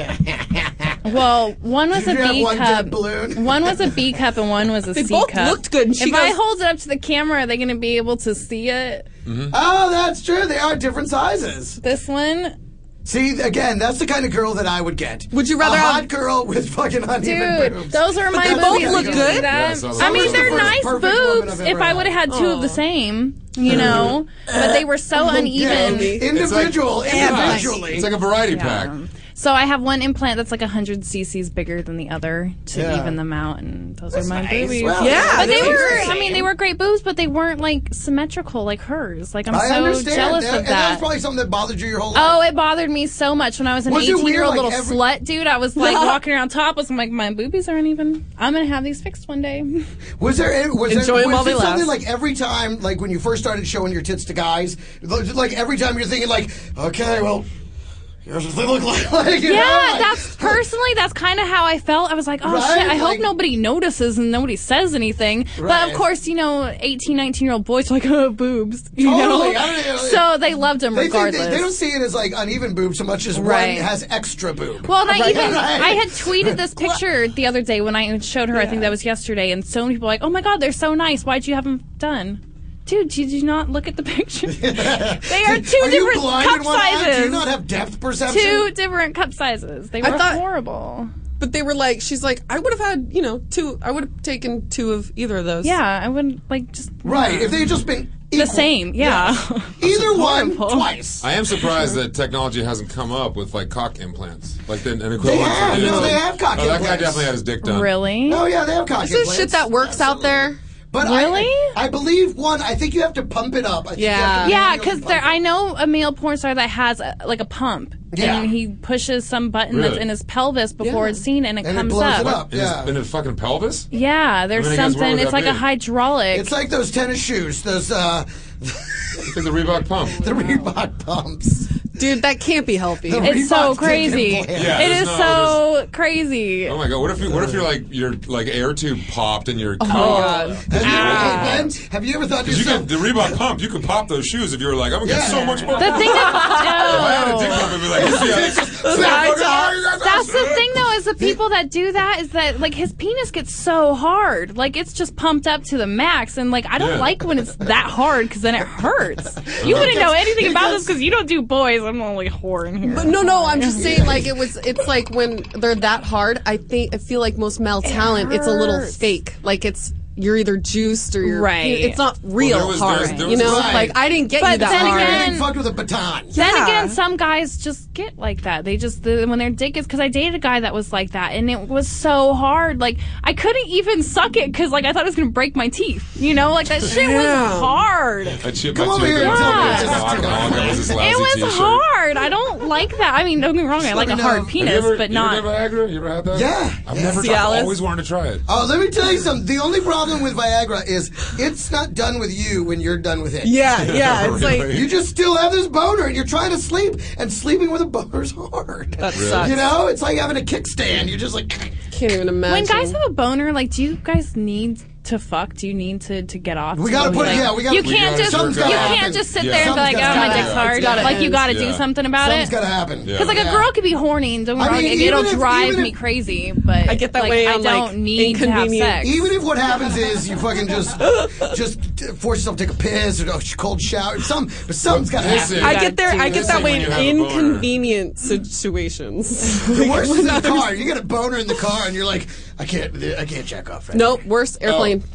Speaker 9: Well, one was
Speaker 4: Did you
Speaker 9: a
Speaker 4: have
Speaker 9: B
Speaker 4: one
Speaker 9: cup.
Speaker 4: dead balloon?
Speaker 9: One was a B cup and one was a C
Speaker 8: both
Speaker 9: cup.
Speaker 8: looked good, and she
Speaker 9: if I
Speaker 8: goes-
Speaker 9: hold it up to the camera, are they going to be able to see it?
Speaker 4: Oh, that's true. They are different sizes.
Speaker 9: This one,
Speaker 4: See, again, that's the kind of girl that I would get.
Speaker 8: Would you rather
Speaker 4: a hot
Speaker 8: have-
Speaker 4: girl with fucking uneven
Speaker 9: dude,
Speaker 4: boobs?
Speaker 9: those are my
Speaker 4: they both
Speaker 9: boobies.
Speaker 8: look
Speaker 9: You
Speaker 8: good.
Speaker 9: see that?
Speaker 1: Yeah, so those
Speaker 9: I
Speaker 1: are
Speaker 9: mean,
Speaker 1: the
Speaker 9: they're
Speaker 1: first
Speaker 9: nice
Speaker 4: perfect woman I've
Speaker 9: boobs. If
Speaker 4: ever
Speaker 9: I
Speaker 4: had.
Speaker 9: would have had two of the same, you know, but they were so uneven.
Speaker 4: Oh, individual, individually.
Speaker 1: It's like a variety pack.
Speaker 9: So I have one implant that's like 100 cc's bigger than the other to
Speaker 4: Yeah.
Speaker 9: even them out, and those are my boobies.
Speaker 4: Well,
Speaker 8: Yeah,
Speaker 9: But they
Speaker 8: that's
Speaker 9: were,
Speaker 8: interesting.
Speaker 9: I mean, they were great boobs, but they weren't like symmetrical like hers. Like I'm
Speaker 4: I
Speaker 9: so
Speaker 4: understand.
Speaker 9: jealous
Speaker 4: that,
Speaker 9: of
Speaker 4: And that was
Speaker 9: that.
Speaker 4: probably something that bothered you your whole
Speaker 9: Oh,
Speaker 4: life.
Speaker 9: it bothered me so much when I was an
Speaker 4: Was it
Speaker 9: 18 year
Speaker 4: weird,
Speaker 9: old
Speaker 4: like,
Speaker 9: little
Speaker 4: every-
Speaker 9: slut dude. I was like walking around topless. I'm like, my boobies aren't even. I'm gonna have these fixed one day.
Speaker 4: was there was there,
Speaker 8: Enjoy 'em
Speaker 4: was
Speaker 8: while
Speaker 4: there
Speaker 8: they
Speaker 4: something
Speaker 8: last.
Speaker 4: like every time, like when you first started showing your tits to guys, like every time you're thinking like, okay, well, Here's what they look like. like you
Speaker 9: yeah,
Speaker 4: know, like-
Speaker 9: that's personally that's kind of how I felt. I was like, oh
Speaker 4: Right?
Speaker 9: shit, I hope
Speaker 4: Like-
Speaker 9: nobody notices and nobody says anything. But
Speaker 4: Right.
Speaker 9: of course, you know, 18, 19 year old boys are like, oh, boobs. You
Speaker 4: Totally.
Speaker 9: know?
Speaker 4: I don't know.
Speaker 9: So they loved him
Speaker 4: They, think
Speaker 9: regardless.
Speaker 4: they, they don't see it as like uneven boob so much as
Speaker 9: Right.
Speaker 4: one has extra boob.
Speaker 9: Well, and I
Speaker 4: Right,
Speaker 9: even
Speaker 4: right.
Speaker 9: I had tweeted this picture the other day when I showed her. I think that was yesterday, and so many people were like, "Oh my god, they're so nice. Why'd you have them done?" Dude, did you not look at the picture? they are two
Speaker 4: Are you
Speaker 9: different
Speaker 4: blind
Speaker 9: cup
Speaker 4: in one eye? Do you
Speaker 9: sizes.
Speaker 4: not have depth perception?
Speaker 9: two different cup sizes. They
Speaker 8: I
Speaker 9: were
Speaker 8: thought-
Speaker 9: horrible.
Speaker 8: But they were like, she's like, I would have had, you know, two. I would have taken two of either of those.
Speaker 9: Yeah, I wouldn't like just
Speaker 4: Right. If they had just been
Speaker 9: the
Speaker 4: equal.
Speaker 9: same. Yeah.
Speaker 4: Either one
Speaker 9: Horrible.
Speaker 4: twice.
Speaker 1: I am surprised that technology hasn't come up with like cock implants, like the, an equivalent.
Speaker 4: They have,
Speaker 1: for dudes.
Speaker 4: no, they
Speaker 1: Like,
Speaker 4: have cock
Speaker 1: oh, That guy
Speaker 4: implants.
Speaker 1: definitely had his dick done.
Speaker 9: really?
Speaker 4: Oh yeah, they have cock
Speaker 8: This Mm-hmm. is
Speaker 4: implants.
Speaker 8: shit that works out there.
Speaker 4: But I-
Speaker 9: Really?
Speaker 4: I, believe one. I think you have to pump it up. I think you have
Speaker 8: Yeah.
Speaker 4: to
Speaker 9: Yeah,
Speaker 4: manually
Speaker 9: because
Speaker 4: pump it.
Speaker 9: I know a male porn star that has a, like a pump,
Speaker 4: Yeah.
Speaker 9: and he pushes some button that's
Speaker 1: Really?
Speaker 9: in his pelvis before
Speaker 8: Yeah.
Speaker 9: it's seen, and it
Speaker 4: And it
Speaker 9: comes
Speaker 4: blows
Speaker 9: up.
Speaker 4: it up.
Speaker 1: In,
Speaker 4: Yeah.
Speaker 1: his, in his fucking pelvis?
Speaker 9: Yeah, there's
Speaker 1: I mean, I guess where
Speaker 9: something.
Speaker 1: would
Speaker 9: It's
Speaker 1: that
Speaker 9: like a
Speaker 1: be?
Speaker 9: hydraulic.
Speaker 4: It's like those tennis shoes. Those uh,
Speaker 1: It's like the Reebok pump.
Speaker 4: the Reebok pumps.
Speaker 8: Dude, that can't be healthy.
Speaker 4: The
Speaker 9: It's so
Speaker 4: Reebok dick
Speaker 9: crazy.
Speaker 4: implant.
Speaker 1: Yeah,
Speaker 9: it
Speaker 1: there's
Speaker 9: is
Speaker 1: no-
Speaker 9: so crazy.
Speaker 1: Oh my god! What if you, what if you're like your like air tube popped and your oh
Speaker 8: God.
Speaker 4: Have you, ever, Ben, have you ever thought to
Speaker 1: you
Speaker 4: yourself?
Speaker 1: could the Reebok pump you could pop those shoes if you were like I'm gonna get so much more.
Speaker 9: The thing
Speaker 1: if I had
Speaker 9: that
Speaker 1: a dick pump, I'd be like, you see how this-
Speaker 4: That's
Speaker 9: That's the thing though, is the people that do that is that like his penis gets so hard, like it's just pumped up to the max, and like I don't
Speaker 1: Yeah.
Speaker 9: like when it's that hard because then it hurts. You wouldn't know anything about this because you don't do boys. I'm only whoring here.
Speaker 8: But no, no, I'm just saying, like it was. It's like when they're that hard. I think I feel like most male talent, it's a little
Speaker 9: hurts.
Speaker 8: fake. Like it's you're either juiced or you're
Speaker 9: Right.
Speaker 8: It's not real
Speaker 1: there was-
Speaker 8: hard.
Speaker 1: there's- there
Speaker 8: you
Speaker 1: was-
Speaker 8: know,
Speaker 4: Right.
Speaker 8: like I didn't get
Speaker 9: But
Speaker 8: you that
Speaker 9: then
Speaker 8: hard.
Speaker 9: again-
Speaker 4: Getting fucked with a baton.
Speaker 8: Yeah.
Speaker 9: Then again, some guys just get like that. They just the, when their dick is because I dated a guy that was like that, and it was so hard. Like I couldn't even suck it because like I thought it was gonna break my teeth. You know, like that shit was
Speaker 8: Damn.
Speaker 9: hard.
Speaker 1: I chipped
Speaker 4: Come
Speaker 1: my
Speaker 4: over
Speaker 1: tooth
Speaker 4: here
Speaker 1: and
Speaker 4: and tell me
Speaker 1: I
Speaker 4: it's
Speaker 1: was
Speaker 4: just
Speaker 1: like,
Speaker 4: a
Speaker 1: "Oh, God, that was this
Speaker 9: It
Speaker 1: lousy t-shirt."
Speaker 9: was hard. I don't like that. I mean, don't get me wrong. I like a
Speaker 4: let me know.
Speaker 9: hard
Speaker 4: Have you
Speaker 9: penis,
Speaker 1: Have you ever,
Speaker 9: but
Speaker 1: you ever
Speaker 9: not.
Speaker 1: done Viagra? You ever had that?
Speaker 4: Yeah.
Speaker 1: I've
Speaker 4: Yeah.
Speaker 1: never tried. I've always wanted to try it.
Speaker 4: Oh, let me tell you something. The only problem with Viagra is it's not done with you when you're done with it.
Speaker 8: yeah, yeah. It's like
Speaker 4: You just still have this boner and you're trying to sleep, and sleeping with a boner's hard.
Speaker 8: that sucks.
Speaker 4: You know, it's like having a kickstand. You're just like,
Speaker 8: Can't even imagine.
Speaker 9: when guys have a boner, like, do you guys need to fuck? Do you need to, to get off?
Speaker 4: we gotta put,
Speaker 9: Like,
Speaker 4: yeah, we gotta.
Speaker 9: you can't
Speaker 1: gotta
Speaker 9: just
Speaker 1: something's
Speaker 9: you
Speaker 1: gotta
Speaker 9: can't
Speaker 1: happen.
Speaker 9: just sit
Speaker 1: Yeah.
Speaker 9: there and be like,
Speaker 4: Something's
Speaker 9: oh,
Speaker 4: gotta
Speaker 9: my dick's
Speaker 4: happen.
Speaker 9: hard.
Speaker 4: It's gotta
Speaker 9: like, you gotta
Speaker 1: Yeah.
Speaker 9: do something about
Speaker 4: Something's
Speaker 9: it.
Speaker 4: gotta happen.
Speaker 1: Yeah.
Speaker 9: Because like a girl could be horny and don't get me
Speaker 4: I
Speaker 9: wrong,
Speaker 4: mean,
Speaker 9: like, it'll
Speaker 4: even if-
Speaker 9: drive
Speaker 4: even
Speaker 9: me
Speaker 4: if-
Speaker 9: crazy. But
Speaker 8: I get that
Speaker 9: like,
Speaker 8: way
Speaker 9: I
Speaker 8: on,
Speaker 9: don't
Speaker 8: like,
Speaker 9: need to have
Speaker 8: inconvenient-
Speaker 9: sex.
Speaker 4: Even if what happens is you fucking just just force yourself to take a piss or a cold shower, some but something's gotta
Speaker 1: This
Speaker 4: happen.
Speaker 1: is-
Speaker 8: I get there. I
Speaker 1: This
Speaker 8: get
Speaker 1: is
Speaker 8: that way
Speaker 1: when
Speaker 8: in
Speaker 1: you have a boner.
Speaker 8: inconvenient situations.
Speaker 4: The worst is in the car. You get a boner in the car and you're like, I can't, I can't jack off. Right
Speaker 8: nope. Worse airplane.
Speaker 9: I would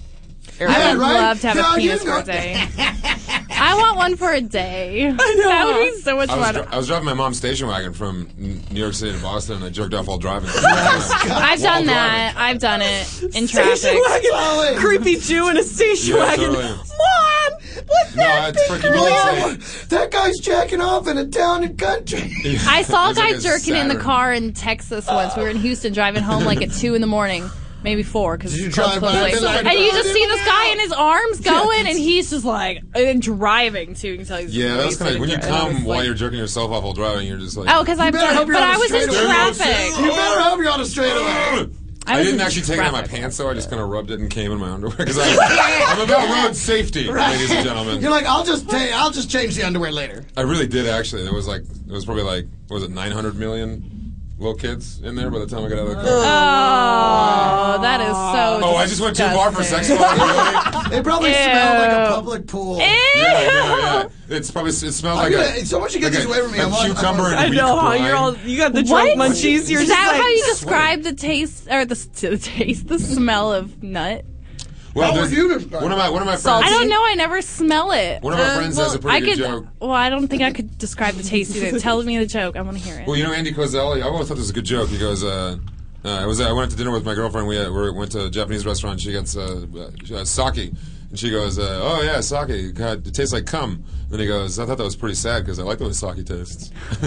Speaker 4: Oh. Yeah, right?
Speaker 9: love to have
Speaker 4: No,
Speaker 9: a
Speaker 4: you
Speaker 9: penis for
Speaker 4: know-
Speaker 9: a day. I want one for a day. That would be so much
Speaker 1: I was,
Speaker 9: fun.
Speaker 1: dri- I was driving my mom's station wagon from N- New York City to Boston, and I jerked off while driving.
Speaker 9: I've
Speaker 1: While
Speaker 9: done that. I've done it in traffic.
Speaker 4: Solid.
Speaker 8: Creepy Jew in a station
Speaker 1: Yeah,
Speaker 8: wagon.
Speaker 1: totally.
Speaker 8: Mom, what's
Speaker 1: No,
Speaker 8: that?
Speaker 1: it's freaking
Speaker 4: Oh,
Speaker 1: amazing.
Speaker 4: that guy's jacking off in a town and country.
Speaker 9: I saw a
Speaker 1: It's like
Speaker 9: guy
Speaker 1: a
Speaker 9: jerking in the
Speaker 1: Saturn.
Speaker 9: car in Texas once. We were in Houston driving home like at two in the morning. Maybe four because
Speaker 4: you
Speaker 9: it's
Speaker 4: drive
Speaker 9: close,
Speaker 4: by and
Speaker 9: close late.
Speaker 4: be like,
Speaker 9: and you just
Speaker 4: "Oh,
Speaker 9: see
Speaker 4: look
Speaker 9: this guy
Speaker 4: out."
Speaker 9: and his arms going, and he's just like and driving too. You can tell he's
Speaker 1: Yeah, that was kind of when you come
Speaker 9: like,
Speaker 1: while you're jerking yourself off while driving, you're just like.
Speaker 9: Oh, because I've
Speaker 4: better
Speaker 9: done
Speaker 4: hope
Speaker 9: it,
Speaker 4: you're
Speaker 9: but
Speaker 4: on the
Speaker 9: I was in
Speaker 4: straightaway. You
Speaker 9: traffic.
Speaker 4: better hope you're on a straightaway.
Speaker 1: I,
Speaker 9: I was
Speaker 1: didn't
Speaker 9: in
Speaker 1: actually take it out of my
Speaker 9: traffic.
Speaker 1: pants, though. I just kind of rubbed it and came in my underwear because I'm about road safety, ladies and
Speaker 4: You're
Speaker 1: gentlemen.
Speaker 4: like, I'll just, ta- I'll just change the underwear later.
Speaker 1: I really did actually. There was like, there was probably like, what was it 900 million little kids in there by the time I got out of the car.
Speaker 9: Oh, that is so.
Speaker 1: oh, I just went too far for sex. Really?
Speaker 4: They probably smell like a public pool.
Speaker 1: Yeah, yeah, yeah. It's probably it smells like
Speaker 4: gonna-
Speaker 1: a.
Speaker 4: someone should get
Speaker 1: like
Speaker 4: this away from me.
Speaker 1: A
Speaker 4: I'm on-
Speaker 1: cucumber
Speaker 4: I'm
Speaker 1: and
Speaker 4: on-
Speaker 8: I
Speaker 1: wheat
Speaker 8: know huh?
Speaker 1: brine.
Speaker 8: you're all. You got the
Speaker 9: What?
Speaker 8: drunk munchies. You're
Speaker 9: Is
Speaker 8: just
Speaker 9: that
Speaker 8: like,
Speaker 9: how you describe the taste or the, the taste, the smell of nut?
Speaker 1: Well,
Speaker 4: How
Speaker 1: there's-
Speaker 4: would you describe
Speaker 1: one of my one of my friends.
Speaker 9: I don't know. I never smell it. Uh,
Speaker 1: One of our friends has a pretty
Speaker 9: I
Speaker 1: good
Speaker 9: could,
Speaker 1: joke.
Speaker 9: Well, I don't think I could describe the taste either. Tell me the joke. I want to hear it.
Speaker 1: Well, you know Andy Kozel. I always thought this was a good joke. He goes, uh, uh, "I was. I went out to dinner with my girlfriend. We, uh, we went to a Japanese restaurant. She gets uh, uh, sake, and she goes, uh, "Oh yeah, sake. God, it tastes like cum." And then he goes, "I thought that was pretty sad because I like the way sake tastes."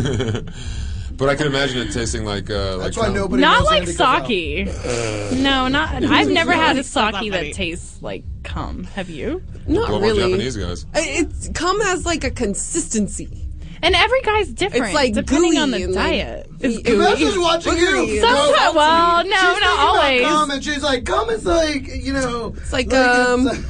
Speaker 1: But I can imagine it tasting like uh, like
Speaker 4: That's why
Speaker 1: cum.
Speaker 4: nobody.
Speaker 9: Not
Speaker 4: knows
Speaker 9: like
Speaker 4: Andy Gazelle.
Speaker 9: sake. no, not. I've never had a sake that tastes like cum. Have you?
Speaker 8: not
Speaker 1: Well, we're
Speaker 8: really.
Speaker 1: Japanese guys.
Speaker 8: I- It's cum has like a consistency.
Speaker 9: And every guy's different.
Speaker 8: It's like
Speaker 9: depending
Speaker 8: gooey
Speaker 9: on the
Speaker 8: and, like,
Speaker 9: diet. it's gooey.
Speaker 4: Vanessa's watching you.
Speaker 9: Sometimes, well, no,
Speaker 4: She's thinking
Speaker 9: not
Speaker 4: about
Speaker 9: always.
Speaker 4: Cum, and she's like, cum is like, you know, it's
Speaker 8: like, um,
Speaker 4: it's, uh,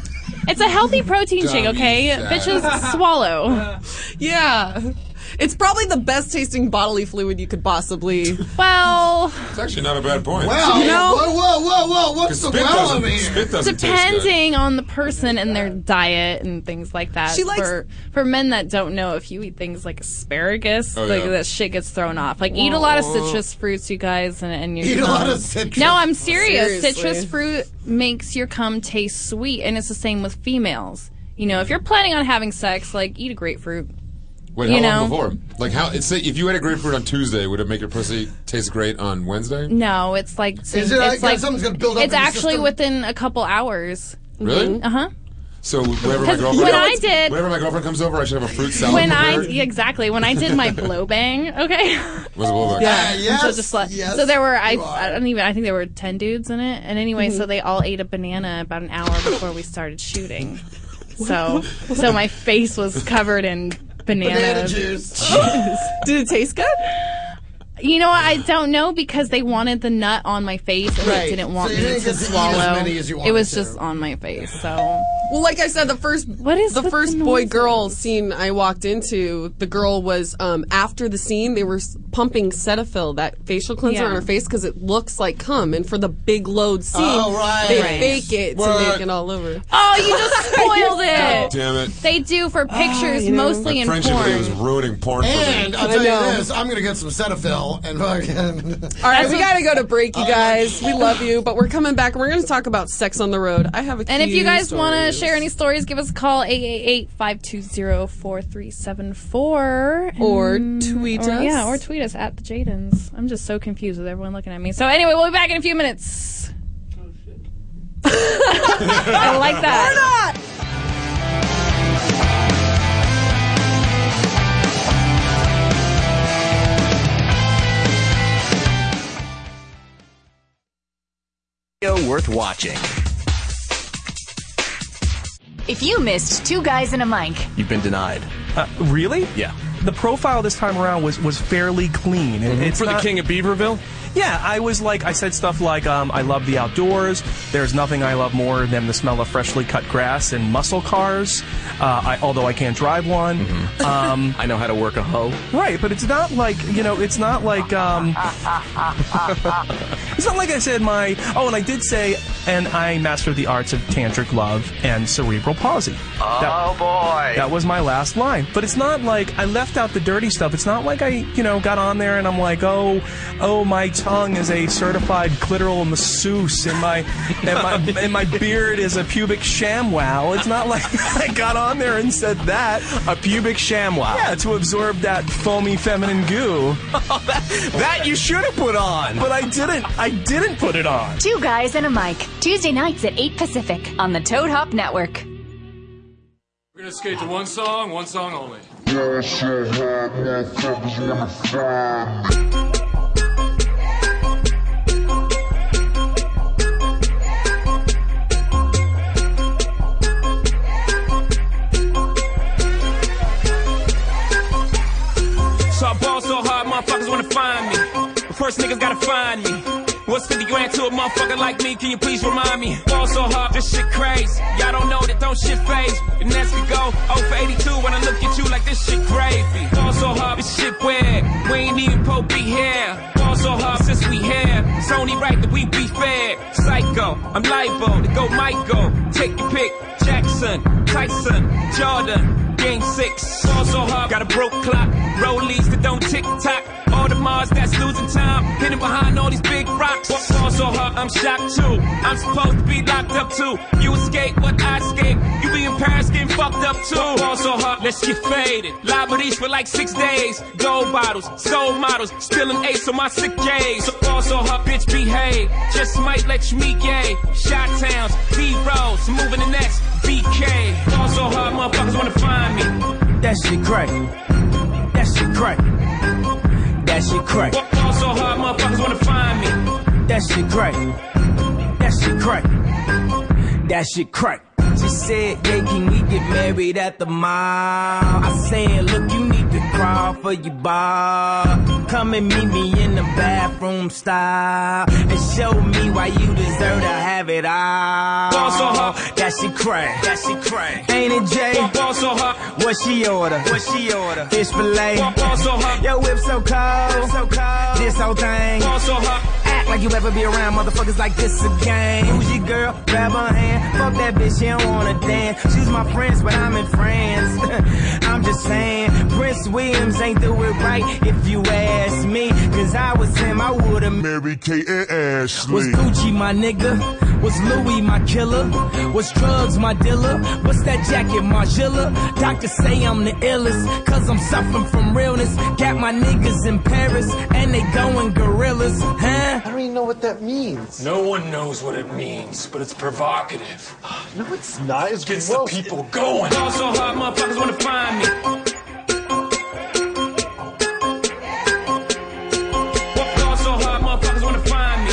Speaker 9: It's a healthy protein shake,
Speaker 1: Dummies.
Speaker 9: okay?
Speaker 1: Yeah.
Speaker 9: Bitches swallow.
Speaker 8: Yeah. It's probably the best tasting bodily fluid you could possibly.
Speaker 9: Well,
Speaker 1: It's actually not a bad point.
Speaker 4: wow,
Speaker 8: You know-
Speaker 4: whoa, whoa, whoa, whoa, Oh, what's
Speaker 1: Because
Speaker 4: the
Speaker 1: spit
Speaker 4: well
Speaker 1: doesn't,
Speaker 4: over here?
Speaker 1: spit doesn't taste good.
Speaker 9: depending on the person and their diet and things like that.
Speaker 8: She likes-
Speaker 9: for, for men that don't know, if you eat things like asparagus,
Speaker 1: Oh,
Speaker 9: like
Speaker 1: yeah.
Speaker 9: that shit gets thrown off. Like eat a lot of citrus fruits, you guys, and, and you're
Speaker 4: Eat a lot of citrus.
Speaker 9: No, I'm serious.
Speaker 8: Seriously.
Speaker 9: Citrus fruit makes your cum taste sweet, and it's the same with females. You know, if you're planning on having sex, like eat a grapefruit.
Speaker 1: Wait,
Speaker 9: You
Speaker 1: how long
Speaker 9: know?
Speaker 1: before? Like how? It's say if you had a grapefruit on Tuesday, would it make your pussy taste great on Wednesday?
Speaker 9: No, it's like
Speaker 4: Is it like,
Speaker 9: it's like
Speaker 4: something's gonna build up?
Speaker 9: it's
Speaker 4: in your
Speaker 9: actually
Speaker 4: system?
Speaker 9: within a couple hours.
Speaker 1: Really?
Speaker 9: Uh huh.
Speaker 1: So whenever my
Speaker 9: 'Cause
Speaker 1: girlfriend,
Speaker 9: when I did-
Speaker 1: whenever my girlfriend comes over, I should have a fruit salad.
Speaker 9: When I
Speaker 1: prepared.
Speaker 9: exactly when I did my blow bang, okay.
Speaker 1: was a blowback.
Speaker 4: Uh, yes,
Speaker 9: so just like
Speaker 4: yes,
Speaker 9: so there were I,
Speaker 4: you are.
Speaker 9: I don't even I think there were 10 dudes in it and anyway so they all ate a banana about an hour before we started shooting so so my face was covered in banana,
Speaker 4: banana juice.
Speaker 8: Did it taste good?
Speaker 9: you know what I don't know because they wanted the nut on my face and
Speaker 4: Right.
Speaker 9: they didn't want
Speaker 4: So you
Speaker 9: me
Speaker 4: didn't
Speaker 9: to
Speaker 4: get to eat as
Speaker 9: swallow
Speaker 4: many as you
Speaker 9: it was
Speaker 4: wanted to.
Speaker 9: just on my face so
Speaker 8: Well, like I said, the first
Speaker 9: What is
Speaker 8: the
Speaker 9: with
Speaker 8: first
Speaker 9: the
Speaker 8: boy
Speaker 9: noises?
Speaker 8: girl scene I walked into. The girl was um, after the scene. They were s- pumping Cetaphil, that facial cleanser,
Speaker 9: Yeah.
Speaker 8: on her face because it looks like cum. And for the big load scene,
Speaker 4: Oh, right.
Speaker 8: they
Speaker 4: Right.
Speaker 8: fake it
Speaker 1: Word.
Speaker 8: to make it all over.
Speaker 9: oh you just spoiled it
Speaker 1: Damn it!
Speaker 9: they do for
Speaker 4: Oh,
Speaker 9: pictures
Speaker 1: My
Speaker 9: mostly in
Speaker 1: friendship with you was
Speaker 9: porn
Speaker 1: ruining porn for
Speaker 4: And
Speaker 1: me.
Speaker 4: I'll tell
Speaker 8: know.
Speaker 4: you this: I'm gonna get some Cetaphil and fucking.
Speaker 8: All right, we gotta go to break,
Speaker 4: Oh,
Speaker 8: you guys. We love you, but we're coming back. and We're gonna talk about sex on the road. I have a
Speaker 9: and if
Speaker 8: few
Speaker 9: you guys want to
Speaker 8: stories.
Speaker 9: share any stories, give us a call 888-520-4374
Speaker 8: or tweet
Speaker 9: Mm, Or,
Speaker 8: us,
Speaker 9: Yeah, or tweet us at the Jadens. I'm just so confused with everyone looking at me. So anyway, we'll be back in a few minutes. I like that.
Speaker 11: Video worth watching.
Speaker 2: If you missed Two Guys in a Mic,
Speaker 11: You've been denied.
Speaker 12: Uh, really?
Speaker 11: Yeah.
Speaker 12: The profile this time around was was fairly clean. It- It's
Speaker 11: Mm-hmm. For
Speaker 12: not-
Speaker 11: the king of Beaverville?
Speaker 12: Yeah, I was like, I said stuff like, um, I love the outdoors. There's nothing I love more than the smell of freshly cut grass and muscle cars. Uh, I, although I can't drive one. Um,
Speaker 11: Mm-hmm. I know how to work a hoe.
Speaker 12: Right, but it's not like you know, it's not like um, it's not like I said my. Oh, and I did say, and I mastered the arts of tantric love and cerebral palsy. Oh boy, that was my last line. But it's not like I left out the dirty stuff. It's not like I you know got on there and I'm like, oh, oh, my tongue is a certified clitoral masseuse, and my and my and my beard is a pubic ShamWow. It's not like I got on there and said that.
Speaker 11: A pubic ShamWow.
Speaker 12: Yeah, to absorb that foamy feminine goo.
Speaker 11: That you should have put on.
Speaker 12: But I didn't. I didn't put it on.
Speaker 2: Two Guys and a Mic, Tuesday nights at 8 Pacific on the Toad Hop Network.
Speaker 5: We're gonna skate to one song, one song only.
Speaker 13: So I ball so hard, motherfuckers wanna find me. But First niggas gotta find me. What's 50 grand to a motherfucker like me? Can you please remind me? Ball so hard, this shit crazy. Y'all don't know that don't shit phase. me. And as we go, 0 for 82 when I look at you like this shit gravy. Ball so hard, this shit weird. We ain't even pope be here. Ball so hard since we here. It's only right that we be fair. Psycho, I'm liable to go Michael. Take your pick. Jackson, Tyson, Jordan. Game six, ball so hard, got a broke clock. Rollies that don't tick tock. All the Mars that's losing time, hidden behind all these big rocks. Ball so hard, I'm shocked too. I'm supposed to be locked up too. You escape, but I escape. You be in Paris getting fucked up too. Ball so hard, let's get faded. Liberties for like six days. Gold bottles, soul models, spilling ace on my sick days. So ball so hard, bitch, behave. Just might let you meet gay. Shot towns, D roads, moving the next. BK. Ball so hard, motherfuckers wanna find me.
Speaker 12: That shit crack. That shit crack. That shit crack.
Speaker 13: Ball so hard, motherfuckers wanna find me.
Speaker 12: That shit crack. That shit crack. That shit crack.
Speaker 14: She said, "Gay, can we get married at the mall?" I said, "Look, you need to crawl for your bar. Come and meet me in the bathroom style and show me why you deserve to have it all."
Speaker 13: Boss on her.
Speaker 14: that she cray, that she cray. Ain't it Jay? Boss on her. What she order? What she order? Fish fillet. Boss on her. Yo, whip so cold, whip so cold. This whole thing. Boss on her. Act like you ever be around motherfuckers like this again. Who's your girl? Grab her hand. Fuck that bitch, she don't wanna dance. She's my friends, but I'm in France. I'm just saying, Prince Williams ain't do it right if you ask me. Cause I was him, I would've married Kate and Ashley. Was Gucci my nigga? Was Louis my killer? Was drugs my dealer? What's that jacket, Margilla? Doctors say I'm the illest, cause I'm suffering from realness. Got my niggas in Paris, and they going gorillas, huh? I don't even know what that means.
Speaker 5: No one knows what it means, but it's provocative. No, it's not. It gets the people going.
Speaker 13: Ball so hard, motherfuckers wanna find me. Ball so hard, motherfuckers wanna find me.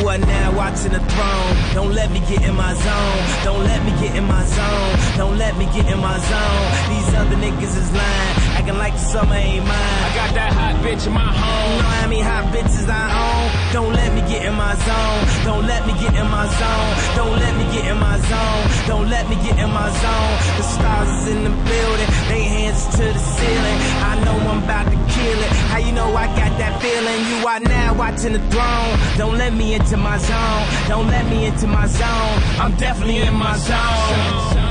Speaker 14: You are now watching the throne. Don't let me get in my zone. Don't let me get in my zone. Don't let me get in my zone. These other niggas is lying, acting like the summer ain't mine. I got that hot bitch in my home. You know how many hot bitches I own? Don't let me get in my zone. Don't let me get in my zone. Don't let me get in my zone. Don't let me get in my zone. The stars is in the building. They hands to the ceiling. I know I'm about to kill it. How you know I got that feeling? You are now watching the throne. Don't let me into my zone. Don't let me into my zone. I'm definitely in my zone.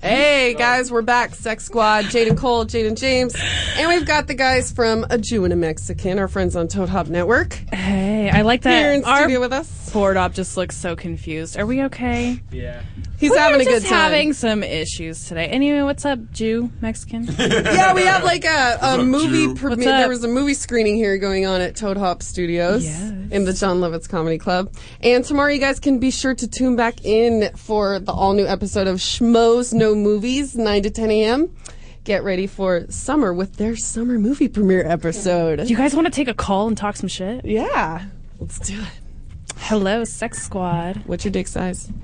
Speaker 8: Hey guys, we're back. Sex Squad, Jaden Cole, Jaden James, and we've got the guys from A Jew and a Mexican, our friends on Toad Hop Network.
Speaker 9: Hey, I like that.
Speaker 8: Here in
Speaker 9: Our
Speaker 8: studio with us.
Speaker 9: board op just looks so confused. Are we okay?
Speaker 8: Yeah. He's
Speaker 9: We're
Speaker 8: having a
Speaker 9: just
Speaker 8: good time.
Speaker 9: having some issues today. Anyway, what's up, Jew Mexican?
Speaker 8: yeah, we have like a,
Speaker 9: What's
Speaker 8: a
Speaker 9: up,
Speaker 8: movie
Speaker 9: Jew? What's
Speaker 8: premiere.
Speaker 9: up?
Speaker 8: There was a movie screening here going on at Toad Hop Studios in the John Lovitz Comedy Club. And tomorrow, you guys can be sure to tune back in for the all new episode of Schmoes No Movies, 9 to 10 a.m. Get ready for summer with their summer movie premiere episode.
Speaker 9: You guys want to take a call and talk some shit?
Speaker 8: Yeah. Let's do it.
Speaker 9: Hello, Sex Squad.
Speaker 8: What's your dick size?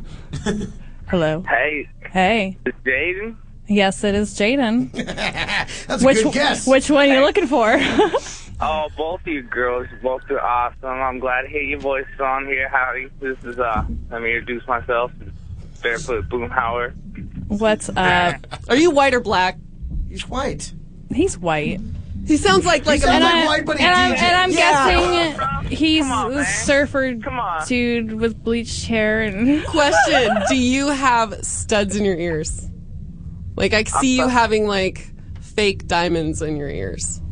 Speaker 9: Hello.
Speaker 7: Hey,
Speaker 9: Hey.
Speaker 7: it's Jaden.
Speaker 9: Yes, it is Jaden.
Speaker 7: That's a
Speaker 9: which,
Speaker 7: good guess.
Speaker 9: Which one are you looking for?
Speaker 7: Oh, both of you girls, you both are awesome. I'm glad to hear your voice on here, Howdy. This is uh, let me introduce myself. Barefoot Boomhauer.
Speaker 9: What's up?
Speaker 8: Are you white or black?
Speaker 9: He's white. He's white.
Speaker 8: He sounds like
Speaker 4: He like a- sounds like white, but he
Speaker 9: and I'm,
Speaker 4: DJ.
Speaker 9: and I'm
Speaker 4: Yeah.
Speaker 9: guessing he's a surfer dude with bleached hair and
Speaker 8: Question: Do you have studs in your ears? Like I see you having like fake diamonds in your ears,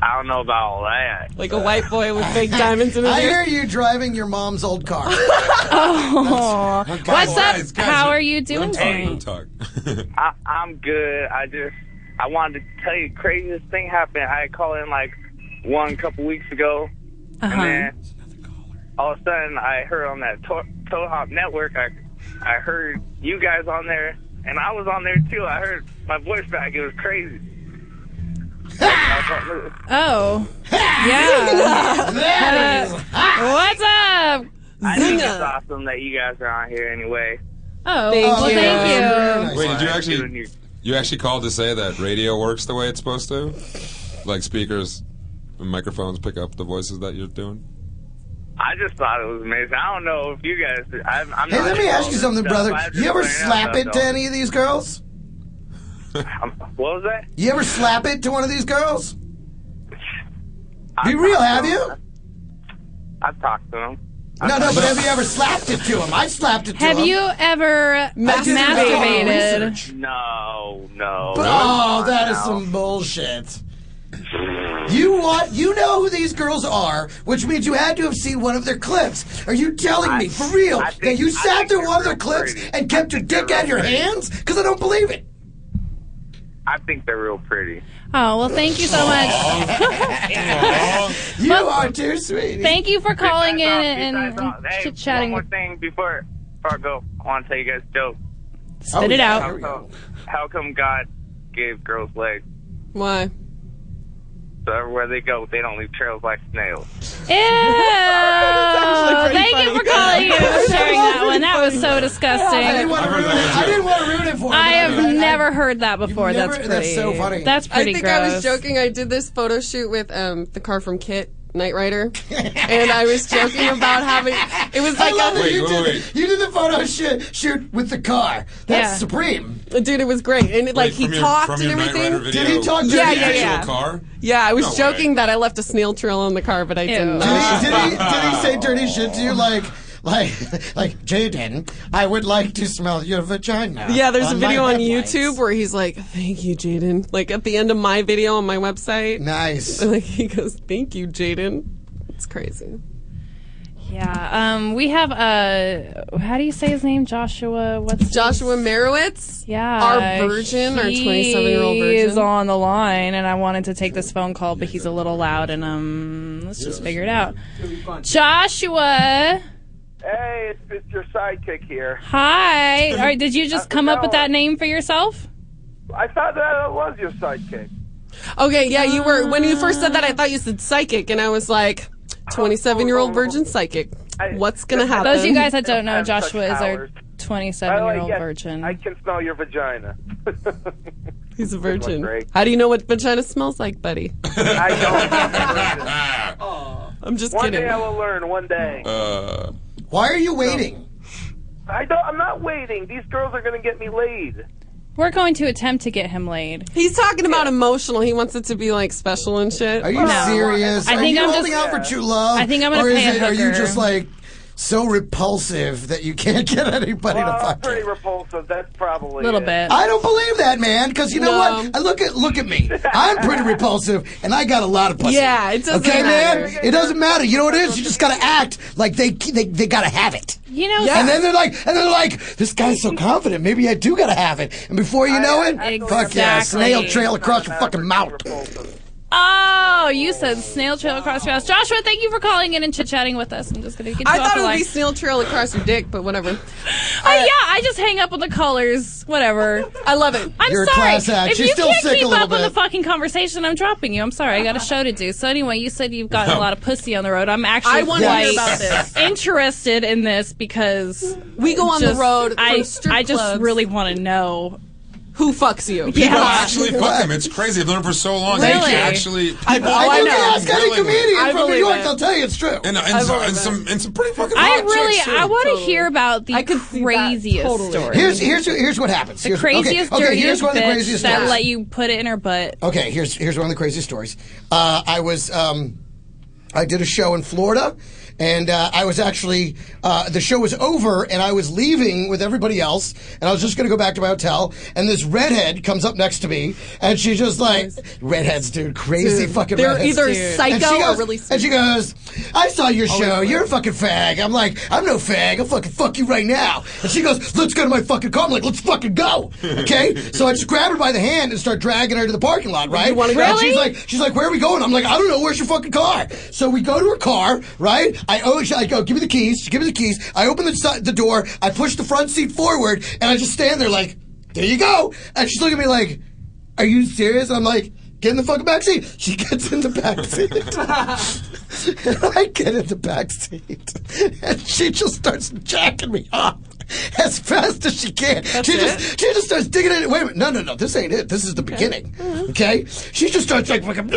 Speaker 7: I don't know about all that.
Speaker 8: like a white boy with fake diamonds in his
Speaker 4: I
Speaker 8: ears.
Speaker 4: hear you driving your mom's old car.
Speaker 9: oh, what's up? How are you doing?
Speaker 7: Hey. I, I'm good. I just I wanted to tell you craziest thing happened. I had called in like one couple weeks ago,
Speaker 9: Uh-huh.
Speaker 7: and then all of a sudden I heard on that to- Toe Hop Network. I I heard you guys on there, and I was on there too. I heard my voice back. It was crazy.
Speaker 9: Oh, yeah.
Speaker 7: That is-
Speaker 9: Uh, what's up?
Speaker 7: I think it's
Speaker 9: Zuna.
Speaker 7: awesome that you guys are on here anyway.
Speaker 9: Oh, well, thank you.
Speaker 1: Wait, did you actually you actually called to say that radio works the way it's supposed to? Like speakers and microphones pick up the voices that you're doing?
Speaker 7: I just thought it was amazing. I don't know if you guys. I'm, I'm
Speaker 4: Hey,
Speaker 7: not
Speaker 4: let me
Speaker 7: into
Speaker 4: ask
Speaker 7: all
Speaker 4: you
Speaker 7: this
Speaker 4: something,
Speaker 7: stuff.
Speaker 4: brother.
Speaker 7: I just
Speaker 4: You ever
Speaker 7: learned how
Speaker 4: slap
Speaker 7: stuff,
Speaker 4: it to
Speaker 7: though.
Speaker 4: any of these girls?
Speaker 7: What was that?
Speaker 4: You ever slap it to one of these girls? Be real, have you?
Speaker 7: I've talked to him.
Speaker 4: No, no, but have you ever slapped it to him? I slapped it to him.
Speaker 9: Have you ever
Speaker 4: Masturbated.
Speaker 9: masturbated?
Speaker 7: No, no.
Speaker 4: Oh, that is some bullshit. You want you know who these girls are, which means you had to have seen one of their clips. Are you telling me for real that you sat through one of their clips and kept your dick out of your hands? Because I don't believe it.
Speaker 7: I think they're real pretty.
Speaker 9: Oh, well, thank you so much.
Speaker 4: you are too sweet.
Speaker 9: Thank you for calling in
Speaker 7: Besides
Speaker 9: and,
Speaker 7: all-
Speaker 9: and,
Speaker 7: besides all- oh, hey,
Speaker 9: chit chatting.
Speaker 7: One more thing before, before I go, I want to tell you guys a joke.
Speaker 9: Spit Oh, it yeah, out. here
Speaker 7: How
Speaker 9: we
Speaker 7: come, how come God gave girls legs?
Speaker 8: Why?
Speaker 7: So everywhere they go, they don't leave trails like snails.
Speaker 9: Ew! Oh, Thank you for calling in and sharing that one. That was so disgusting.
Speaker 4: I didn't want to ruin it. I didn't want to ruin it for you.
Speaker 9: I have never heard that before.
Speaker 4: never-
Speaker 9: that's
Speaker 4: that's
Speaker 9: pretty.
Speaker 4: so funny.
Speaker 9: That's pretty
Speaker 8: I think
Speaker 9: gross.
Speaker 8: I was joking. I did this photo shoot with um, the car from Kit, Knight Rider, and I was joking about having. It was
Speaker 4: I
Speaker 8: like
Speaker 4: love
Speaker 8: a,
Speaker 4: that you did you did the photo shoot shoot with the car. That's supreme.
Speaker 8: Dude, it was great, and it, like he
Speaker 1: from your-
Speaker 8: talked
Speaker 1: from
Speaker 8: and
Speaker 1: your Knight
Speaker 8: everything.
Speaker 1: Rider video Did he talk to
Speaker 8: Yeah,
Speaker 1: the
Speaker 8: yeah,
Speaker 1: actual
Speaker 8: yeah.
Speaker 1: car?
Speaker 8: Yeah, I was
Speaker 1: No
Speaker 8: joking that I left a snail trail on the car, but I didn't.
Speaker 4: Did he, did, he, did he say dirty shit to you like like like Jaden? I would like to smell your vagina.
Speaker 8: Yeah, there's a
Speaker 4: my
Speaker 8: video on
Speaker 4: headlights."
Speaker 8: YouTube where he's like, "Thank you, Jaden." Like at the end of my video on my website.
Speaker 4: Nice.
Speaker 8: Like he goes, "Thank you, Jaden." It's crazy.
Speaker 9: Yeah. Um, we have uh, how do you say his name? Joshua. What's
Speaker 8: Joshua Merowitz?
Speaker 9: Yeah.
Speaker 8: Our virgin, our 27-year-old
Speaker 9: He
Speaker 8: virgin.
Speaker 9: is on the line, and I wanted to take this phone call, but he's a little loud, and um, let's just figure it out. Joshua.
Speaker 15: Hey, it's, it's your sidekick here.
Speaker 9: Hi. Or did
Speaker 15: Uh,
Speaker 9: you just come up with that name for yourself?
Speaker 15: I thought that I was your sidekick.
Speaker 8: Okay, yeah, you were. When you first said that, I thought you said psychic, and I was like, 27 year old virgin psychic. What's going to happen?
Speaker 9: Those of you guys that don't know,
Speaker 8: I'm such
Speaker 9: Joshua is our 27 year old
Speaker 15: yes,
Speaker 9: virgin.
Speaker 15: I can smell your vagina.
Speaker 8: He's a virgin. How do you know what vagina smells like, buddy?
Speaker 15: I don't.
Speaker 8: I'm just
Speaker 15: one
Speaker 8: kidding.
Speaker 15: day I will learn. One day.
Speaker 8: Uh,
Speaker 4: Why are you waiting?
Speaker 15: I don't. I'm not waiting. These girls are going to get me laid.
Speaker 9: We're going to attempt to get him laid.
Speaker 8: He's talking about emotional. He wants it to be like special and shit. Are
Speaker 4: you No. serious?
Speaker 9: I think
Speaker 4: you
Speaker 9: I'm
Speaker 4: holding
Speaker 9: just-
Speaker 4: out for true love?
Speaker 9: I think I'm gonna
Speaker 4: or is
Speaker 9: pay a
Speaker 4: it, Are you
Speaker 9: hooker.
Speaker 4: just like so repulsive that you can't get anybody
Speaker 15: Well,
Speaker 4: to fuck?
Speaker 15: pretty repulsive. That's probably it.
Speaker 4: I don't believe that, man. Because you know what? I look at look at me. I'm pretty repulsive, and I got a lot of pussy.
Speaker 8: Yeah, it doesn't
Speaker 4: okay,
Speaker 8: matter.
Speaker 4: man. It doesn't matter. You know what it is? You just gotta act like they they, they gotta have it.
Speaker 9: You know,
Speaker 4: And then they're like, and they're like, this guy's so confident. Maybe I do gotta have it. And before you know it, fuck yeah,
Speaker 9: Exactly.
Speaker 4: snail trail across your fucking mouth.
Speaker 9: Oh, you said snail trail across your house. Joshua, thank you for calling in and chit chatting with us. I'm just going to get you
Speaker 8: I
Speaker 9: off
Speaker 8: thought
Speaker 9: the
Speaker 8: it would
Speaker 9: line.
Speaker 8: be snail trail across your dick, but whatever.
Speaker 9: Oh, yeah, I just hang up with the callers. Whatever.
Speaker 8: I love it.
Speaker 9: I'm
Speaker 8: You're a
Speaker 9: sorry.
Speaker 8: class act.
Speaker 9: If
Speaker 8: She's
Speaker 9: you
Speaker 8: still
Speaker 9: can't
Speaker 8: sick a
Speaker 9: keep
Speaker 8: little
Speaker 9: up with the
Speaker 8: bit.
Speaker 9: fucking conversation, I'm dropping you. I'm sorry. I got a show to do. So anyway, you said you've gotten a lot of pussy on the road. I'm actually
Speaker 8: I wanna hear
Speaker 9: quite
Speaker 8: about this.
Speaker 9: interested in this because
Speaker 8: We go on the
Speaker 9: just-
Speaker 8: road from
Speaker 9: I
Speaker 8: strip
Speaker 9: I just
Speaker 8: clubs.
Speaker 9: really want to know
Speaker 8: who fucks you.
Speaker 1: People
Speaker 9: Yeah.
Speaker 1: actually fuck him. It's crazy. I've known him for so long.
Speaker 9: Really?
Speaker 1: They actually,
Speaker 9: I-
Speaker 1: people
Speaker 9: I
Speaker 1: actually
Speaker 9: do ask any
Speaker 1: willingly.
Speaker 9: comedian I from New believe York, it. they'll
Speaker 4: tell you it's true.
Speaker 1: And, and,
Speaker 9: I
Speaker 1: so-
Speaker 9: believe
Speaker 1: and some and some pretty fucking.
Speaker 9: I
Speaker 1: hot
Speaker 9: really
Speaker 1: chicks, too.
Speaker 9: I want to hear about the craziest story.
Speaker 4: Here's here's here's what happens.
Speaker 9: the
Speaker 4: Here's- okay,
Speaker 9: craziest,
Speaker 4: okay,
Speaker 9: dirtiest
Speaker 4: here's one of the
Speaker 9: bitch
Speaker 4: craziest
Speaker 9: that
Speaker 4: stories.
Speaker 9: let you put it in her butt.
Speaker 4: Okay, here's here's one of the craziest stories. Uh, I was um, I did a show in Florida, and uh, I was actually uh, the show was over, and I was leaving with everybody else, and I was just going to go back to my hotel, and this redhead comes up next to me, and she's just like, "Redheads, dude, crazy
Speaker 8: Dude,
Speaker 4: fucking
Speaker 8: they're
Speaker 4: redheads."
Speaker 8: either
Speaker 4: dude."
Speaker 8: psycho
Speaker 4: and she
Speaker 8: or
Speaker 4: goes,
Speaker 8: really
Speaker 4: And she goes, "I saw your show. You're a fucking fag." I'm like, "I'm no fag. I'll fucking fuck you right now." And she goes, "Let's go to my fucking car." I'm like, "Let's fucking go." Okay, so I just grab her by the hand and start dragging her to the parking lot. Right?
Speaker 8: You wanna go?
Speaker 4: And she's
Speaker 8: Really?
Speaker 4: like, she's like, "Where are we going?" I'm like, "I don't know. Where's your fucking car?" So we go to her car. Right? I oh, she- I go, "Give me the keys." She gives me the keys. I open the si- the door. I push the front seat forward, and I just stand there like, "There you go." And she's looking at me like, "Are you serious?" I'm like. Get in the fucking back seat. She gets in the back seat. I get in the back seat, and she just starts jacking me off as fast as she can. she just she just starts digging in. Wait a minute, no, no, no, this ain't it. This is the beginning. Okay, she just starts like fucking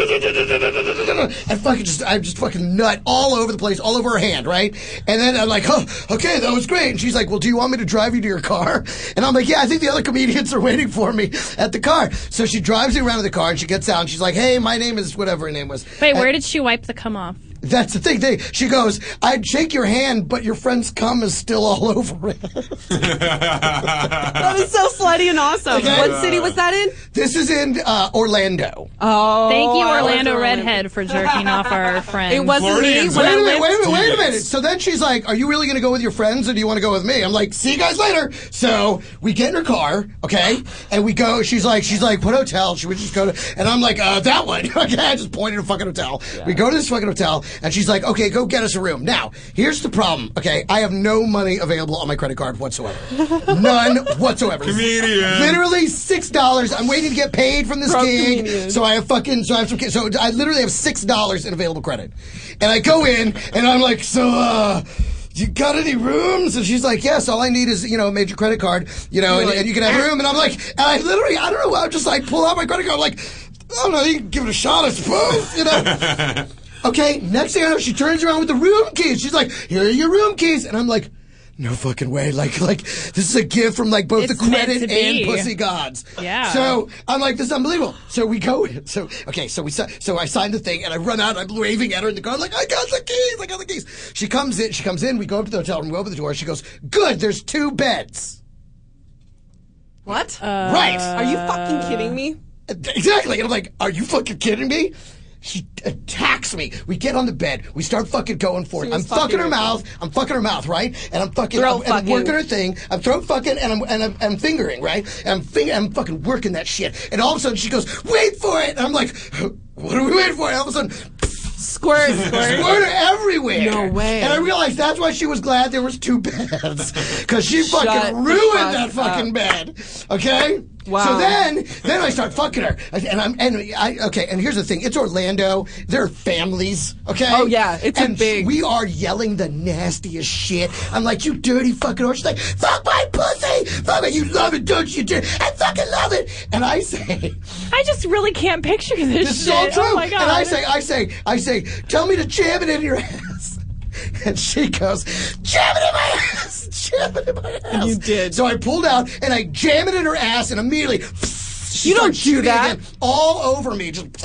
Speaker 4: and fucking just I'm just fucking nut all over the place, all over her hand, right? And then I'm like, oh, okay, that was great. And she's like, well, do you want me to drive you to your car? And I'm like, yeah, I think the other comedians are waiting for me at the car. So she drives me around to the car, and she gets out, and she's like, hey, my name is whatever her name was.
Speaker 9: Wait,
Speaker 4: And-
Speaker 9: where did she wipe the cum off?
Speaker 4: That's the thing. They, she goes, I'd shake your hand, but your friend's cum is still all over it.
Speaker 8: That was so slutty and awesome. What city was that in?
Speaker 4: This is in uh, Orlando.
Speaker 8: Oh,
Speaker 9: Thank you,
Speaker 8: I was
Speaker 9: Orlando
Speaker 8: Orlando.
Speaker 9: Redhead, for jerking off our friend.
Speaker 4: Wait a minute, wait a minute, wait a minute. So then she's like, Are you really going to go with your friends or do you want to go with me? I'm like, See you guys later. So we get in her car, okay? And we go, she's like, She's like, What hotel? Should we just go to? And I'm like, uh, That one. okay, I just pointed a fucking hotel. We go to this fucking hotel and she's like, Okay, go get us a room. Now, here's the problem, okay? I have no money available on my credit card whatsoever. None whatsoever.
Speaker 1: Comedian.
Speaker 4: Literally $6. I'm waiting to get paid from this
Speaker 1: Pro
Speaker 4: gig.
Speaker 1: comedian.
Speaker 4: So I have fucking so I have some kids. So I literally have six dollars in available credit, and I go in and I'm like, so. uh you got any rooms? And she's like, yes. All I need is, you know, a major credit card, you know,
Speaker 16: You're
Speaker 4: and,
Speaker 16: like,
Speaker 4: and you can have a
Speaker 16: ah.
Speaker 4: room. And I'm like, and I literally, I don't know. I'm just like, pull out my credit card. I'm like, I don't know. You can give it a shot, I suppose. You know. Okay, next thing I know, she turns around with the room keys. She's like, "Here are your room keys," and I'm like, "No fucking way!" Like, like this is a gift from like both
Speaker 16: It's
Speaker 4: the
Speaker 16: meant
Speaker 4: credit
Speaker 16: to be.
Speaker 4: and pussy gods.
Speaker 16: Yeah.
Speaker 4: So I'm like, "This is unbelievable." So we go. in. So okay, so we si- so I sign the thing and I run out. I'm waving at her in the car like, "I got the keys! I got the keys!" She comes in. She comes in. We go up to the hotel room. We open the door. She goes, "Good. There's two beds."
Speaker 8: What?
Speaker 9: Uh,
Speaker 4: Right.
Speaker 8: Are you fucking kidding me?
Speaker 4: Exactly. And I'm like, are you fucking kidding me? She attacks me. We get on the bed. We start fucking going for it.
Speaker 16: She
Speaker 4: I'm
Speaker 16: was
Speaker 4: fucking,
Speaker 16: fucking
Speaker 4: her
Speaker 16: her.
Speaker 4: mouth. I'm fucking her mouth, right? And I'm fucking,
Speaker 16: Throat
Speaker 4: I'm, and I'm
Speaker 16: fucking.
Speaker 4: working her thing. I'm throat fucking and I'm and I'm, I'm fingering, right? And I'm finger, I'm fucking working that shit. And all of a sudden she goes, "Wait for it!" And I'm like, "What are we waiting for?" And all of a sudden,
Speaker 8: squirt,
Speaker 16: squirt.
Speaker 4: squirt everywhere.
Speaker 16: No way.
Speaker 4: And I realized that's why she was glad there was two beds because she
Speaker 16: Shut
Speaker 4: fucking
Speaker 16: the
Speaker 4: ruined
Speaker 16: fuck
Speaker 4: that fucking
Speaker 16: up.
Speaker 4: bed. Okay.
Speaker 16: Wow.
Speaker 4: So then, then I start fucking her, and I'm and I okay. And here's the thing: it's Orlando. There are families. Okay.
Speaker 8: Oh, yeah. It's a
Speaker 4: and
Speaker 8: big-
Speaker 4: We are yelling the nastiest shit. I'm like, you dirty fucking whore. She's like, fuck my pussy. Fuck it. You love it, don't you? Dear? I fucking love it. And I say,
Speaker 2: I just really can't picture this.
Speaker 4: this is
Speaker 2: shit.
Speaker 4: all true.
Speaker 2: Oh my god!
Speaker 4: And I say, I say, I say, tell me to jam it in your ass. And she goes, jam it in my ass, jam it in my ass. And you did. So I pulled out and I jam it in her ass, and immediately. you don't do that. all over me, just,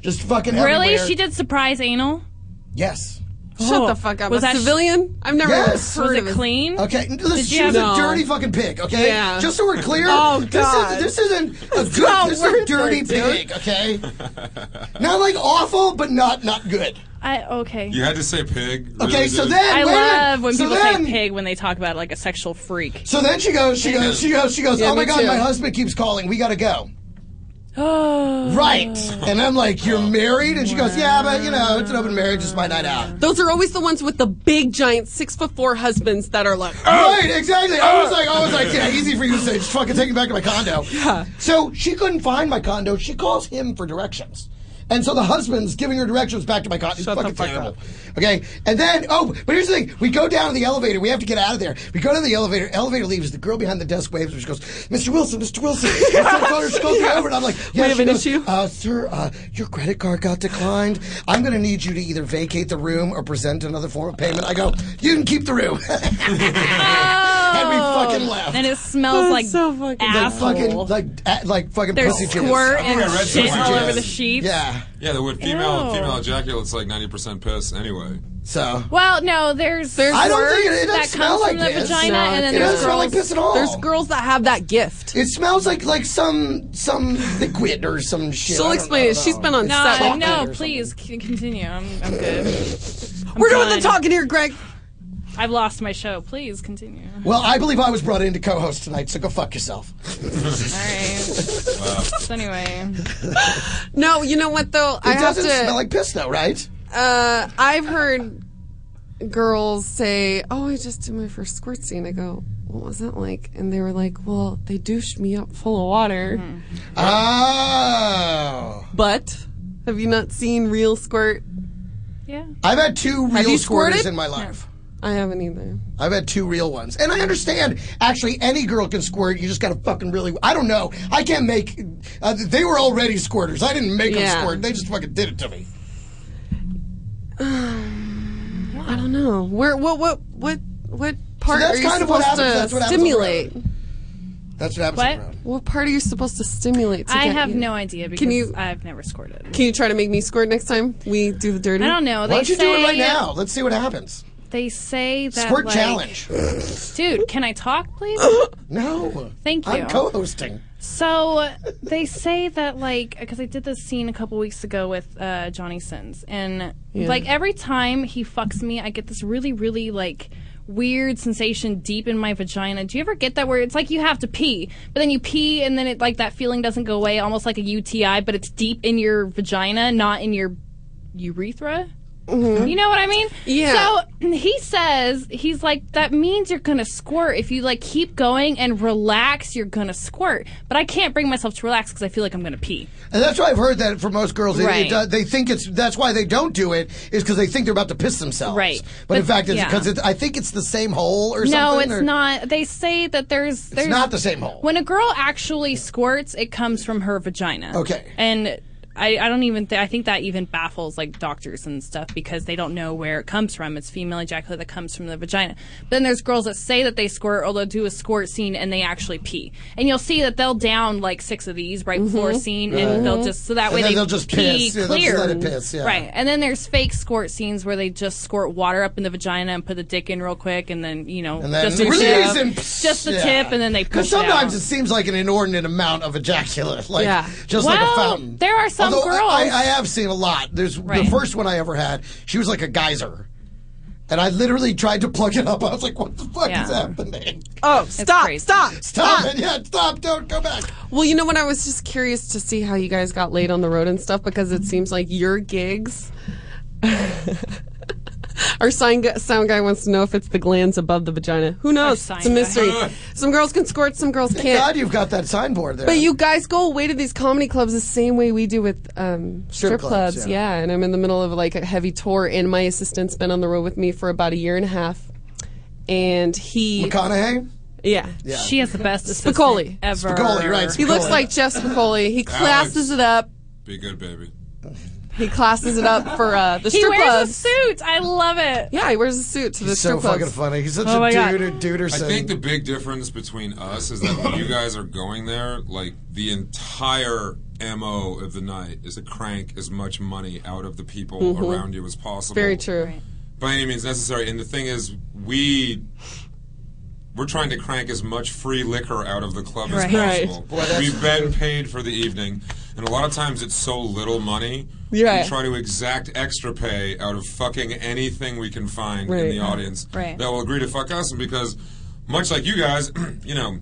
Speaker 4: just fucking.
Speaker 9: Really?
Speaker 4: everywhere.
Speaker 9: She did surprise anal?
Speaker 4: Yes.
Speaker 9: Shut the fuck up. Was A that-
Speaker 8: civilian? I've never
Speaker 4: yes.
Speaker 8: heard Was of it it.
Speaker 9: clean?
Speaker 4: Okay, n- listen,
Speaker 8: Did
Speaker 4: she
Speaker 8: you
Speaker 4: was
Speaker 8: have-
Speaker 4: a dirty fucking pig. Okay,
Speaker 8: Yeah.
Speaker 4: just so we're clear.
Speaker 8: Oh, God.
Speaker 4: this, is, not a
Speaker 8: It's
Speaker 4: good.
Speaker 8: not
Speaker 4: This is
Speaker 8: worth
Speaker 4: a dirty
Speaker 8: it, dude.
Speaker 4: pig. Okay, not like awful, but not not good.
Speaker 9: I okay.
Speaker 1: You had to say pig.
Speaker 4: Okay,
Speaker 1: Really
Speaker 4: so
Speaker 1: did.
Speaker 4: then-
Speaker 9: I
Speaker 4: wait a
Speaker 9: love
Speaker 4: minute.
Speaker 9: when
Speaker 4: So
Speaker 9: people
Speaker 4: then-
Speaker 9: say pig when they talk about it like a sexual freak.
Speaker 4: So then she goes, she goes, she goes, she goes.
Speaker 9: Yeah,
Speaker 4: oh my
Speaker 9: me
Speaker 4: god,
Speaker 9: too.
Speaker 4: my husband keeps calling. We gotta go.
Speaker 9: Oh.
Speaker 4: Right. And I'm like, you're married? And she goes, yeah, but you know, it's an open marriage. It's my night out.
Speaker 8: Those are always the ones with the big, giant, six foot four husbands that are like,
Speaker 16: Oh.
Speaker 4: Right, exactly. I was like, I was like, yeah, easy for you to say. Just fucking take me back to my condo. Yeah. So she couldn't find my condo. She calls him for directions. And so the husband's giving her directions back to my condo. It's fucking terrible. Okay. And then, oh, but here's the thing. We go down to the elevator. We have to get out of there. We go to the elevator. Elevator leaves. The girl behind the desk waves. and She goes, Mr. Wilson, Mr. Wilson. Mr. Carter, she calls me
Speaker 16: Yes.
Speaker 4: over. And I'm like,
Speaker 16: We have
Speaker 4: she
Speaker 16: an
Speaker 4: goes, Uh, sir, uh, your credit card got declined. I'm going to need you to either vacate the room or present another form of payment. I go, you can keep the room. and we fucking left.
Speaker 9: Oh. And it smells like
Speaker 4: Like
Speaker 9: asshole.
Speaker 4: fucking, like, a- like fucking
Speaker 9: There's
Speaker 4: pussy juice.
Speaker 9: squirt and
Speaker 1: I read
Speaker 9: shit
Speaker 1: something
Speaker 9: all
Speaker 1: like
Speaker 9: over
Speaker 1: that.
Speaker 9: the sheets.
Speaker 4: Yeah.
Speaker 1: Yeah, the word female
Speaker 9: Ew.
Speaker 1: female ejaculates like ninety percent piss anyway.
Speaker 4: So
Speaker 9: Well, no, there's there's
Speaker 4: I don't
Speaker 9: words
Speaker 4: think it, it doesn't
Speaker 9: that
Speaker 4: smell
Speaker 9: comes
Speaker 4: like
Speaker 9: from the
Speaker 4: piss.
Speaker 9: vagina, and then
Speaker 4: it
Speaker 9: there's
Speaker 4: doesn't smell like
Speaker 9: girls-
Speaker 4: piss at all.
Speaker 8: There's girls that have that gift.
Speaker 4: It smells like like some some liquid or some shit.
Speaker 8: She'll
Speaker 4: I don't
Speaker 8: explain
Speaker 4: know.
Speaker 8: it. She's been on
Speaker 9: No,
Speaker 8: set.
Speaker 9: I- no, please c- continue. I'm, I'm good.
Speaker 8: We're doing
Speaker 9: done.
Speaker 8: the talking here, Greg.
Speaker 9: I've lost my show. Please continue.
Speaker 4: Well, I believe I was brought in to co-host tonight, so go fuck yourself.
Speaker 9: So anyway,
Speaker 8: No, you know what though?
Speaker 4: It
Speaker 8: I have
Speaker 4: doesn't
Speaker 8: to,
Speaker 4: smell like piss though, right?
Speaker 8: Uh, I've heard girls say, "Oh, I just did my first squirt scene." I go, "What was that like?" And they were like, "Well, they douched me up full of water."
Speaker 4: Mm-hmm. Oh.
Speaker 8: But have you not seen real squirt?
Speaker 9: Yeah.
Speaker 4: I've had two
Speaker 8: Have
Speaker 4: real
Speaker 8: you
Speaker 4: squirters
Speaker 8: squirted?
Speaker 4: in my life.
Speaker 8: I haven't e- either.
Speaker 4: I've had two real ones. And I understand, actually, any girl can squirt. You just got to fucking really. I don't know. I can't make. Uh, they were already squirters. I didn't make
Speaker 8: Yeah.
Speaker 4: them squirt. They just fucking did it to me.
Speaker 8: I don't know. Where? What? What? What? What part
Speaker 4: that's
Speaker 8: are you
Speaker 4: kind of what
Speaker 8: supposed
Speaker 4: happens. That's
Speaker 8: to
Speaker 4: what happens on the
Speaker 8: stimulate?
Speaker 4: That's what happens.
Speaker 9: What?
Speaker 8: What part are you supposed to stimulate? To
Speaker 9: I
Speaker 8: get
Speaker 9: have
Speaker 8: you?
Speaker 9: no idea because
Speaker 8: Can you
Speaker 9: I've never scored it.
Speaker 8: can you try to make me squirt next time we do the dirty?
Speaker 9: I don't know. Why They don't you do it right say- now?
Speaker 4: Let's see what happens.
Speaker 9: They say that
Speaker 8: Squirt
Speaker 9: like-
Speaker 8: challenge.
Speaker 9: Dude, can I talk, please?
Speaker 4: no.
Speaker 9: Thank you.
Speaker 4: I'm co-hosting.
Speaker 9: So they say that like because I did this scene a couple weeks ago with uh, Johnny Sins, and
Speaker 10: Yeah.
Speaker 9: like every time he fucks me, I get this really really like weird sensation deep in my vagina. Do you ever get that where it's like you have to pee, but then you pee and then it like that feeling doesn't go away, almost like a UTI, but it's deep in your vagina, not in your urethra. You know what I mean?
Speaker 8: Yeah.
Speaker 9: So he says he's like that means you're gonna squirt if you like keep going and relax. You're gonna squirt, but I can't bring myself to relax because I feel like I'm gonna pee.
Speaker 4: And that's why I've heard that for most girls, it,
Speaker 9: Right.
Speaker 4: it does, they think it's that's why they don't do it is because they think they're about to piss themselves.
Speaker 9: Right.
Speaker 4: But,
Speaker 9: But-
Speaker 4: in fact, it's
Speaker 9: yeah.
Speaker 4: because it, I think it's the same hole or
Speaker 9: no,
Speaker 4: something.
Speaker 9: it's
Speaker 4: or-
Speaker 9: not. They say that there's there's
Speaker 4: not the same hole.
Speaker 9: When a girl actually squirts, it comes from her vagina.
Speaker 4: Okay.
Speaker 9: and. I, I don't even. Th- I think that even baffles like doctors and stuff because they don't know where it comes from. It's female ejaculate that comes from the vagina. But then there's girls that say that they squirt or they'll do a squirt scene and they actually pee. And you'll see that they'll down like six of these right before a scene and they'll just so that
Speaker 4: Mm-hmm. And
Speaker 9: way
Speaker 4: then
Speaker 9: they
Speaker 4: they'll just
Speaker 9: pee
Speaker 4: piss. Yeah, they'll just
Speaker 9: clear.
Speaker 4: let it piss, yeah.
Speaker 9: Right. And then there's fake squirt scenes where they just squirt water up in the vagina and put the dick in real quick and then you know
Speaker 4: And then
Speaker 9: just, the
Speaker 4: release
Speaker 9: tip.
Speaker 4: and
Speaker 9: just the
Speaker 4: yeah.
Speaker 9: tip, and then they push
Speaker 4: Because
Speaker 9: it out.
Speaker 4: sometimes it seems like an inordinate amount of ejaculate, like
Speaker 9: Yeah.
Speaker 4: just like a
Speaker 9: Well,
Speaker 4: fountain.
Speaker 9: there are some
Speaker 4: Although I-
Speaker 9: girls-
Speaker 4: I, I have seen a lot. There's
Speaker 9: Right.
Speaker 4: the first one I ever had. She was like a geyser, and I literally tried to plug it up. I was like, "What the fuck
Speaker 8: Yeah.
Speaker 4: is happening?
Speaker 8: Oh, stop, stop, stop,
Speaker 4: Stop it! Yeah, stop! Don't go back."
Speaker 8: Well, you know what? I was just curious to see how you guys got laid on the road and stuff because it seems like your gigs. Our sign gu- sound guy wants to know if it's the glands above the vagina. Who knows?
Speaker 4: sign
Speaker 8: It's a mystery.
Speaker 4: guy.
Speaker 8: Some girls can squirt, some girls
Speaker 4: Thank God
Speaker 8: can't.
Speaker 4: you've got that signboard there.
Speaker 8: But you guys go away to these comedy clubs the same way we do with um, strip,
Speaker 4: clubs,
Speaker 8: clubs.
Speaker 4: yeah.
Speaker 8: yeah, and I'm in the middle of like a heavy tour, and my assistant's been on the road with me for about a year and a half. And he.
Speaker 4: McConaughey?
Speaker 8: Yeah.
Speaker 4: Yeah.
Speaker 9: She has the best assistant
Speaker 8: Spicoli.
Speaker 9: ever.
Speaker 4: Spicoli, right,
Speaker 8: He looks
Speaker 4: Spicoli.
Speaker 8: like Jeff Spicoli. He classes it up.
Speaker 1: Be good, baby.
Speaker 8: He classes it up for uh, the
Speaker 9: he
Speaker 8: strip
Speaker 9: wears
Speaker 8: clubs.
Speaker 9: a suit. I love it.
Speaker 8: Yeah, he wears a suit to the
Speaker 4: He's
Speaker 8: strip
Speaker 4: so
Speaker 8: clubs.
Speaker 4: fucking funny. He's such
Speaker 8: Oh my
Speaker 4: a
Speaker 8: God.
Speaker 4: dude, Duderson.
Speaker 1: I think the big difference between us is that when you guys are going there, like the entire mo of the night is to crank as much money out of the people
Speaker 8: Mhm.
Speaker 1: around you as possible.
Speaker 8: Very true.
Speaker 1: by any means necessary. And the thing is, we we're trying to crank as much free liquor out of the club
Speaker 8: Right.
Speaker 1: as
Speaker 8: Right.
Speaker 1: possible.
Speaker 8: Boy, that's-
Speaker 1: We've been paid for the evening, and a lot of times it's so little money.
Speaker 8: Yeah.
Speaker 1: We try to exact extra pay out of fucking anything we can find in
Speaker 8: Right.
Speaker 1: the audience
Speaker 8: Right.
Speaker 1: that will agree to fuck us, and because much like you guys, you know.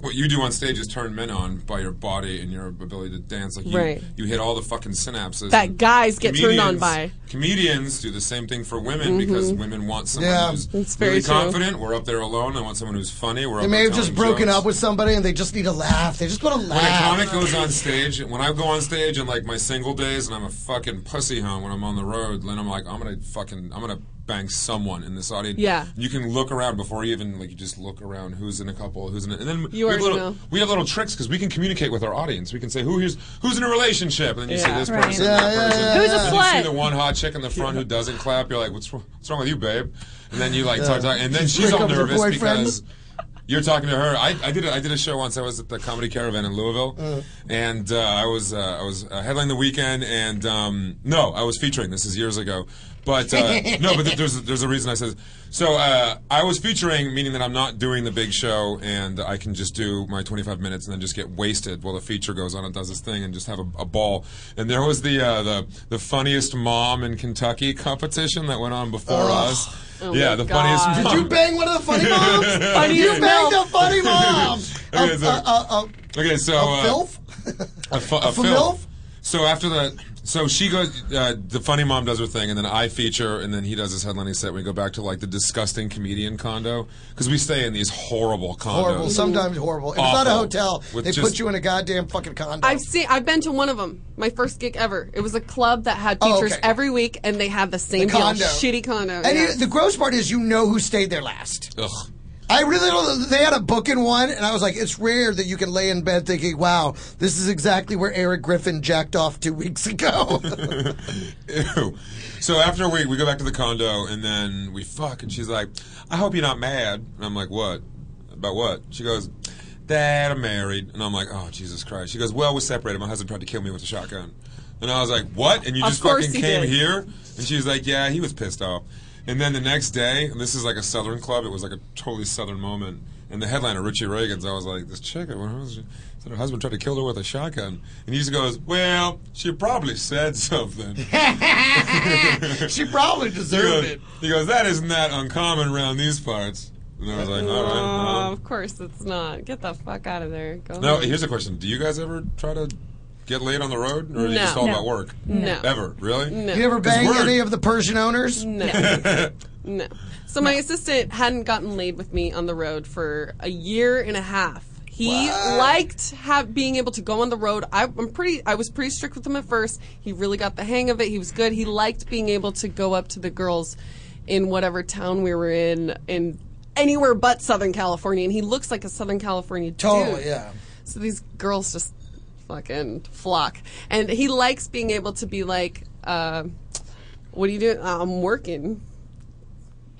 Speaker 1: What you do on stage is turn men on by your body and your ability to dance. Like you,
Speaker 8: Right.
Speaker 1: you hit all the fucking synapses.
Speaker 8: That guys get turned on
Speaker 1: Comedians-
Speaker 8: by.
Speaker 1: Comedians do the same thing for women because
Speaker 8: Mhm.
Speaker 1: women want someone
Speaker 4: Mm-hmm. Yeah,
Speaker 8: it's
Speaker 1: who's
Speaker 8: very
Speaker 1: really
Speaker 8: true.
Speaker 1: confident. We're up there alone. I want someone who's funny. We're
Speaker 4: They
Speaker 1: up
Speaker 4: may
Speaker 1: there
Speaker 4: have just
Speaker 1: telling
Speaker 4: broken
Speaker 1: jokes.
Speaker 4: up with somebody and they just need to laugh. They just want to
Speaker 1: When a
Speaker 4: laugh.
Speaker 1: comic goes on stage, when I go on stage in like my single days, and I'm a fucking pussy hound when I'm on the road, then I'm like, I'm gonna fucking, I'm gonna bang someone in this audience.
Speaker 8: Yeah.
Speaker 1: You can look around before you even like, you just look around who's in a couple, who's in, a, and then
Speaker 8: You
Speaker 1: we have
Speaker 8: already
Speaker 1: little,
Speaker 8: know.
Speaker 1: we have little tricks because we can communicate with our audience. We can say who here's who's in a relationship, and then you say
Speaker 8: Yeah.
Speaker 1: this
Speaker 8: Right.
Speaker 1: person,
Speaker 8: Yeah,
Speaker 1: that
Speaker 8: yeah,
Speaker 1: person.
Speaker 8: yeah, Who's
Speaker 1: And
Speaker 8: a
Speaker 1: then you
Speaker 8: slut?
Speaker 1: see the one hot chick in the front who doesn't clap. You're like, what's wrong, what's wrong with you, babe? And then you like
Speaker 4: Yeah.
Speaker 1: talk, talk and then
Speaker 4: Break
Speaker 1: she's all
Speaker 4: up with her
Speaker 1: nervous
Speaker 4: boyfriend.
Speaker 1: because. You're talking to her. I, I did. A, I did a show once. I was at the Comedy Caravan in Louisville, and uh, I was uh, I was uh, headlining the weekend. And um, no, I was featuring. This is years ago, but uh, no. But th- there's there's a reason I said. So uh, I was featuring, meaning that I'm not doing the big show, and I can just do my 25 minutes and then just get wasted while the feature goes on and does this thing and just have a, a ball. And there was the uh, the the funniest mom in Kentucky competition that went on before
Speaker 4: Ugh.
Speaker 1: us.
Speaker 4: Oh
Speaker 1: yeah,
Speaker 4: my
Speaker 1: the funniest.
Speaker 4: Did
Speaker 1: mom.
Speaker 4: you bang one of the funny moms?
Speaker 1: Funny
Speaker 4: you
Speaker 1: as
Speaker 4: banged
Speaker 1: milk.
Speaker 4: the funny moms.
Speaker 1: Okay,
Speaker 4: A-
Speaker 1: so-
Speaker 4: a- a- a-
Speaker 1: Okay, so
Speaker 4: a
Speaker 1: uh,
Speaker 4: filth?
Speaker 1: a, fu- a
Speaker 4: A
Speaker 1: film.
Speaker 4: MILF?
Speaker 1: So after the, so she goes, uh, the funny mom does her thing, and then I feature, and then he does his headlining set. We go back to like the disgusting comedian condo because we stay in these horrible condos.
Speaker 4: Horrible. Sometimes horrible. If it's not a
Speaker 1: Awful.
Speaker 4: hotel,
Speaker 1: With
Speaker 4: they
Speaker 1: just-
Speaker 4: put you in a goddamn fucking condo.
Speaker 8: I've seen. I've been to one of them. My first gig ever. It was a club that had
Speaker 4: Oh,
Speaker 8: features
Speaker 4: okay.
Speaker 8: every week, and they had the same
Speaker 4: The
Speaker 8: deal.
Speaker 4: condo.
Speaker 8: shitty condo.
Speaker 4: and
Speaker 8: yeah.
Speaker 4: you- the gross part is you know who stayed there last.
Speaker 1: Ugh.
Speaker 4: I really don't. They had a book in one, and I was like, it's rare that you can lay in bed thinking, wow, this is exactly where Eric Griffin jacked off two weeks ago.
Speaker 1: Ew. So after a week, we go back to the condo, and then we fuck, and she's like, "I hope you're not mad." And I'm like, "What? About what?" She goes, Dad, I'm married. And I'm like, oh, Jesus Christ. She goes, well, we're separated. My husband tried to kill me with a shotgun. And I was like, what? And you
Speaker 16: Of
Speaker 1: just
Speaker 16: course
Speaker 1: fucking
Speaker 16: he
Speaker 1: came
Speaker 16: did.
Speaker 1: here? And she was like, yeah, he was pissed off. And then the next day, and this is like a Southern club. It was like a totally Southern moment. And the headliner, Richie Reagan's, I was like, this chick, her husband, said her husband tried to kill her with a shotgun. And he just goes, well, she probably said something.
Speaker 4: she probably deserved
Speaker 1: he goes, it. He goes, that is not uncommon around these parts. And I was like, all right. all right."
Speaker 8: Oh, of course it's not. Get the fuck out of there. Go
Speaker 1: Now,
Speaker 8: home.
Speaker 1: here's a question: Do you guys ever try to get laid on the road, or are you
Speaker 8: No.
Speaker 1: just all
Speaker 8: No.
Speaker 1: about work?
Speaker 8: No.
Speaker 1: Ever really?
Speaker 4: You ever
Speaker 1: 'Cause
Speaker 4: bang
Speaker 1: we're-
Speaker 4: any of the Persian owners?
Speaker 8: No. So my assistant hadn't gotten laid with me on the road for a year and a half. He liked have, being able to go on the road. I, I'm pretty. I was pretty strict with him at first. He really got the hang of it. He was good. He liked being able to go up to the girls in whatever town we were in, in anywhere but Southern California. And he looks like a Southern California
Speaker 4: Totally,
Speaker 8: dude.
Speaker 4: yeah.
Speaker 8: So these girls just fucking flock, and he likes being able to be like, uh, "What are you doing? Uh, I'm working."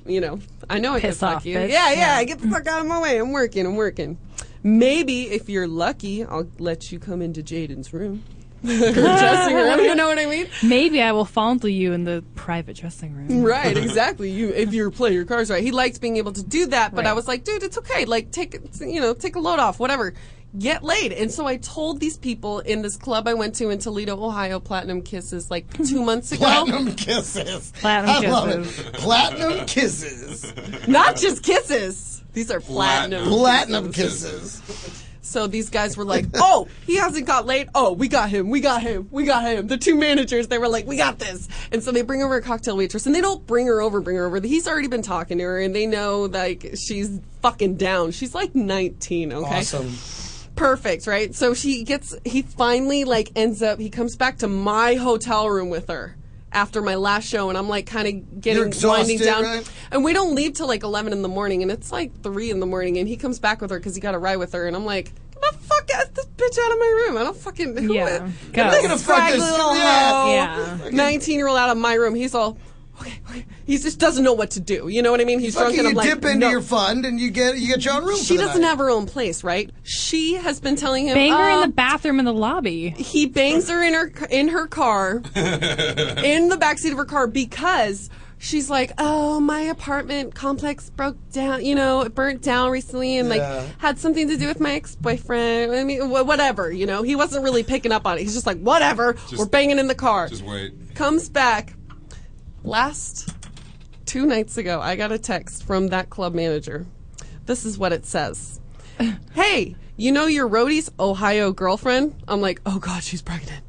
Speaker 8: You know, I know I can
Speaker 10: Piss
Speaker 8: fuck
Speaker 10: off,
Speaker 8: you.
Speaker 10: bitch.
Speaker 8: Yeah, yeah,
Speaker 10: Yeah.
Speaker 8: Get the fuck out of my way. I'm working. I'm working. Maybe if you're lucky, I'll let you come into Jaden's room. Her dressing room. You know what I mean?
Speaker 9: Maybe I will fondle you in the private dressing room.
Speaker 8: Right, exactly. You if you play your cards right. He likes being able to do that, but I was like, dude, it's okay. Like take you know, take a load off, whatever. Get laid. And so I told these people in this club I went to in Toledo, Ohio, Platinum Kisses, like two months ago.
Speaker 4: Platinum kisses.
Speaker 8: Platinum
Speaker 4: I love
Speaker 8: kisses.
Speaker 4: it. Platinum kisses.
Speaker 8: Not just kisses. These are platinum.
Speaker 4: Platinum kisses.
Speaker 8: So these guys were like, "Oh, he hasn't got laid. Oh, we got him. We got him. We got him." The two managers, they were like, "We got this." And so they bring over a cocktail waitress, and they don't bring her over. Bring her over. He's already been talking to her, and they know like she's fucking down. She's like 19. Okay.
Speaker 4: Awesome.
Speaker 8: Perfect, right? So she gets, he finally like ends up, he comes back to my hotel room with her after my last show, and I'm like kind of
Speaker 4: You're
Speaker 8: getting
Speaker 4: exhausted,
Speaker 8: winding down.
Speaker 4: right?
Speaker 8: And we don't leave till like 11 in the morning, and it's like 3 in the morning, and he comes back with her because he got a ride with her, and I'm like, get the fuck out this bitch out of my room. I don't fucking, who
Speaker 9: Yeah.
Speaker 8: yeah.
Speaker 9: Go.
Speaker 8: Get
Speaker 9: You're gonna
Speaker 8: this
Speaker 9: fuck
Speaker 8: scrag
Speaker 9: this-
Speaker 8: little
Speaker 9: yeah.
Speaker 8: hoe,
Speaker 9: Yeah.
Speaker 8: 19 year old out of my room. He's all, okay, okay. He just doesn't know what to do. You know what I mean? He's drunk,
Speaker 4: Fucking
Speaker 8: and I'm
Speaker 4: you
Speaker 8: like,
Speaker 4: dip into
Speaker 8: no.
Speaker 4: your fund and you get you get your own room. for
Speaker 8: She
Speaker 4: the
Speaker 8: doesn't
Speaker 4: night.
Speaker 8: have her own place, right? She has been telling him.
Speaker 9: Bang her in
Speaker 8: "Uh,
Speaker 9: the bathroom in the lobby.
Speaker 8: He bangs her in her in her car, in the backseat of her car because she's like, "Oh, my apartment complex broke down. You know, it burnt down recently, and
Speaker 10: Yeah.
Speaker 8: like had something to do with my ex boyfriend. I mean, wh- whatever. You know, he wasn't really picking up on it. He's just like, whatever. We're banging in the car.
Speaker 1: Just wait.
Speaker 8: Comes back last two nights ago. I got a text from that club manager. This is what it says. hey, you know your roadie's Ohio girlfriend? I'm like, oh God, she's pregnant.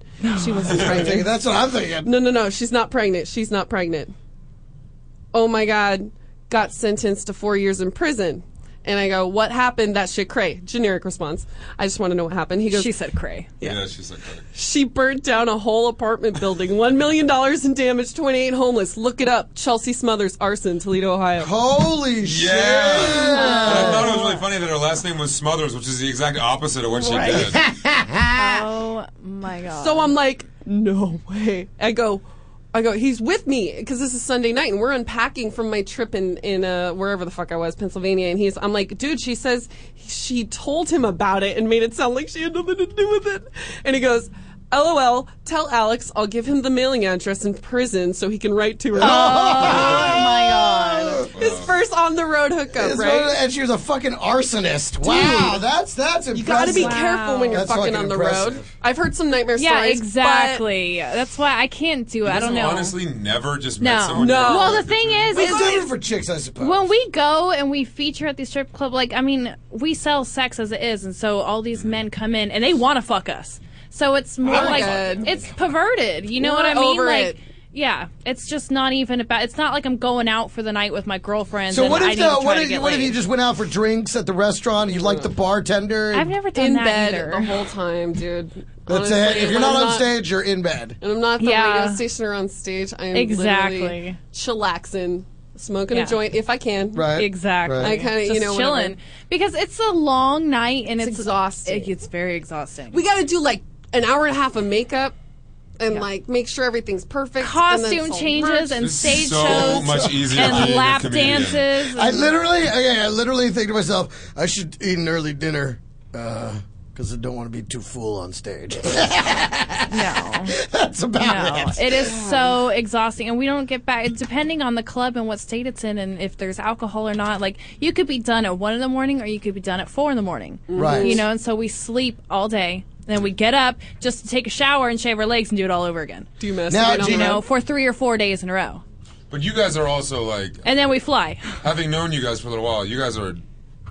Speaker 8: She wasn't pregnant.
Speaker 4: That's what I'm thinking.
Speaker 8: No, no, no. She's not pregnant. She's not pregnant. Oh my God. Got sentenced to four years in prison. And I go, what happened? That shit cray. Generic response. I just want to know what happened. He goes, she said cray.
Speaker 1: Yeah. she's like,
Speaker 8: She burnt down a whole apartment building. $1 million in damage, 28 homeless. Look it up. Chelsea Smothers, arson, Toledo, Ohio.
Speaker 4: Holy
Speaker 1: yeah. And I thought it was really funny that her last name was Smothers, which is the exact opposite of what she did.
Speaker 8: oh my god. So I'm like, no way. I go, I go. He's with me because this is Sunday night, and we're unpacking from my trip in in uh, wherever the fuck I was, Pennsylvania. And he's, I'm like, dude. She says she told him about it and made it sound like she had nothing to do with it. And he goes. LOL, tell Alex I'll give him the mailing address in prison so he can write to her. Oh, my god. His first on the road hookup,
Speaker 4: It's
Speaker 8: right?
Speaker 4: one- and she was a fucking arsonist.
Speaker 8: Dude.
Speaker 4: wow, that's that's
Speaker 8: You
Speaker 4: impressive.
Speaker 8: got to be careful when you're
Speaker 4: That's
Speaker 8: fucking, on the
Speaker 4: impressive.
Speaker 8: road. I've heard some nightmare
Speaker 9: yeah,
Speaker 8: stories. but-
Speaker 9: exactly. That's why I can't do it. I don't know.
Speaker 1: Honestly, never just met
Speaker 9: no,
Speaker 1: someone. you
Speaker 9: Well,
Speaker 1: were
Speaker 9: the thing is,
Speaker 4: It's
Speaker 9: is-
Speaker 4: different for chicks, I suppose.
Speaker 9: when we go and we feature at the strip club, like I mean, we sell sex as it is, and so all
Speaker 4: Mm-hmm.
Speaker 9: these men come in and they want to fuck us. So it's more
Speaker 8: Oh,
Speaker 9: like
Speaker 8: good.
Speaker 9: it's perverted. You know
Speaker 8: We're
Speaker 9: what I mean?
Speaker 8: over
Speaker 9: like,
Speaker 8: it.
Speaker 9: yeah, it's just not even about. It's not like I'm going out for the night with my girlfriend.
Speaker 4: So
Speaker 9: and
Speaker 4: what
Speaker 9: I
Speaker 4: if
Speaker 9: need
Speaker 4: the,
Speaker 9: to try
Speaker 4: what
Speaker 9: to
Speaker 4: if,
Speaker 9: get
Speaker 4: what if
Speaker 9: laid.
Speaker 4: you just went out for drinks at the restaurant? and You liked the bartender? and-
Speaker 9: I've never done
Speaker 8: in
Speaker 9: that
Speaker 8: bed
Speaker 9: either.
Speaker 8: the whole time, dude.
Speaker 4: That's
Speaker 8: Honestly,
Speaker 4: it. If you're
Speaker 8: I'm
Speaker 4: not on stage, you're in bed.
Speaker 8: and I'm not at the
Speaker 9: Yeah.
Speaker 8: radio station or on stage, I am
Speaker 9: Exactly.
Speaker 8: literally chillaxing, smoking
Speaker 9: Yeah.
Speaker 8: a joint if I can.
Speaker 9: Exactly.
Speaker 8: I kind of,
Speaker 9: Just
Speaker 8: you know,
Speaker 9: chilling
Speaker 8: whatever.
Speaker 9: because it's a long night and it's,
Speaker 8: exhausting.
Speaker 9: It gets very exhausting.
Speaker 8: We got to do like an hour and a half of makeup and like make sure everything's perfect. and then
Speaker 9: Costume
Speaker 8: it's all
Speaker 9: changes
Speaker 8: merch.
Speaker 9: and
Speaker 1: It's stage so shows much easier and being a lap comedian. dances
Speaker 4: I literally, okay, I literally think to myself, I should eat an early dinner. because I don't want to be too fool on stage. That's about
Speaker 9: No,
Speaker 4: it.
Speaker 9: it is so exhausting, and we don't get back. it's Depending on the club and what state it's in, and if there's alcohol or not, like you could be done at one in the morning, or you could be done at four in the morning.
Speaker 4: Right.
Speaker 9: You know, and so we sleep all day, then we get up just to take a shower and shave our legs and do it all over again.
Speaker 8: Do you mess?
Speaker 1: Now, on do the
Speaker 9: you
Speaker 1: you-
Speaker 9: know
Speaker 1: road?
Speaker 9: for three or four days in a row,
Speaker 1: But you guys are also like,
Speaker 9: and then we fly.
Speaker 1: having known you guys for a little while, you guys are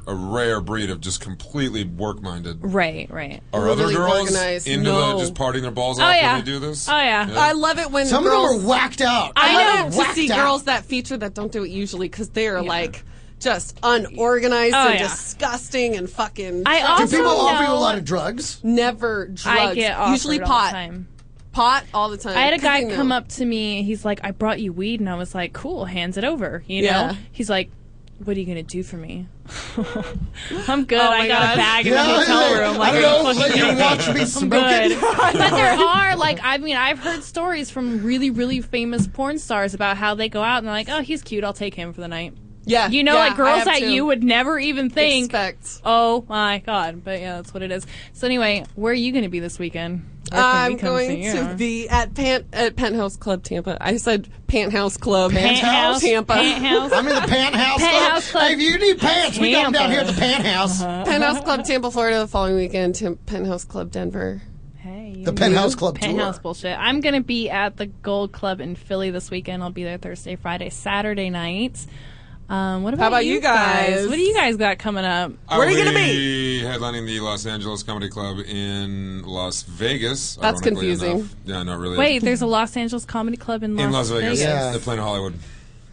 Speaker 1: a rare breed of just completely work minded.
Speaker 9: Right, right.
Speaker 1: Are other girls into the just partying their balls
Speaker 9: Oh,
Speaker 1: off
Speaker 9: yeah.
Speaker 1: when they do this?
Speaker 9: Oh, yeah.
Speaker 8: I love it when
Speaker 1: Some of them
Speaker 8: girls,
Speaker 1: are whacked out.
Speaker 8: I,
Speaker 1: I know.
Speaker 8: love it to
Speaker 1: Whacked
Speaker 8: see
Speaker 1: out.
Speaker 8: girls that feature that don't do it usually because they are like just unorganized
Speaker 9: Oh,
Speaker 8: and
Speaker 9: yeah.
Speaker 8: disgusting and fucking.
Speaker 9: I also
Speaker 4: Do people offer you a
Speaker 9: know-
Speaker 4: lot of drugs?
Speaker 8: Never drugs.
Speaker 9: I get offered
Speaker 8: usually
Speaker 9: all the
Speaker 8: pot.
Speaker 9: time.
Speaker 8: Pot all the time.
Speaker 9: I had a guy
Speaker 8: Casino.
Speaker 9: come up to me. He's like, "I brought you weed," and I was like, "Cool, hands it over." You know?
Speaker 8: Yeah.
Speaker 9: He's like, "What are you gonna do for me?" I'm good.
Speaker 8: Oh
Speaker 9: I
Speaker 8: my
Speaker 9: got
Speaker 8: God.
Speaker 9: a bag in the
Speaker 8: Yeah,
Speaker 9: hotel
Speaker 8: yeah.
Speaker 9: room.
Speaker 8: I
Speaker 9: Like,
Speaker 8: don't know,
Speaker 9: are you
Speaker 8: let you
Speaker 9: fucking-
Speaker 8: watch me
Speaker 9: I'm
Speaker 8: smoke
Speaker 9: good.
Speaker 8: it.
Speaker 9: but there are like, I mean, I've heard stories from really, really famous porn stars about how they go out and they're like, "Oh, he's cute. I'll take him for the night."
Speaker 8: Yeah,
Speaker 9: You know,
Speaker 8: yeah,
Speaker 9: like
Speaker 8: I
Speaker 9: girls
Speaker 8: have
Speaker 9: that
Speaker 8: too.
Speaker 9: you would never even think. Oh my god! But yeah, that's what it is. So anyway, where are you going to be this weekend? Or can we
Speaker 8: I'm
Speaker 9: come
Speaker 8: going
Speaker 9: see you?
Speaker 8: to be at Pant at Penthouse Club Tampa. I said Penthouse Club
Speaker 4: Penthouse?
Speaker 8: Tampa.
Speaker 4: Penthouse? I'm in the Penthouse Club. Penthouse Club Hey, if you need pants, we got 'em down here at the Tampa. Penthouse. Uh-huh.
Speaker 8: Penthouse Club Tampa, Florida. The following weekend, Tim- Penthouse Club Denver.
Speaker 9: Hey,
Speaker 8: The Penthouse Club tour.
Speaker 9: Penthouse bullshit. I'm gonna be at the Gold Club in Philly this weekend. I'll be there Thursday, Friday, Saturday night. Um, what about,
Speaker 8: How about you guys?
Speaker 9: What do you guys got coming up?
Speaker 1: gonna be? Headlining the Los Angeles Comedy Club in Las Vegas.
Speaker 9: That's
Speaker 1: ironically
Speaker 9: confusing.
Speaker 1: enough. Yeah, not really.
Speaker 9: Wait, there's a Los Angeles Comedy Club in Las,
Speaker 1: in Las Vegas. They're playing in Hollywood.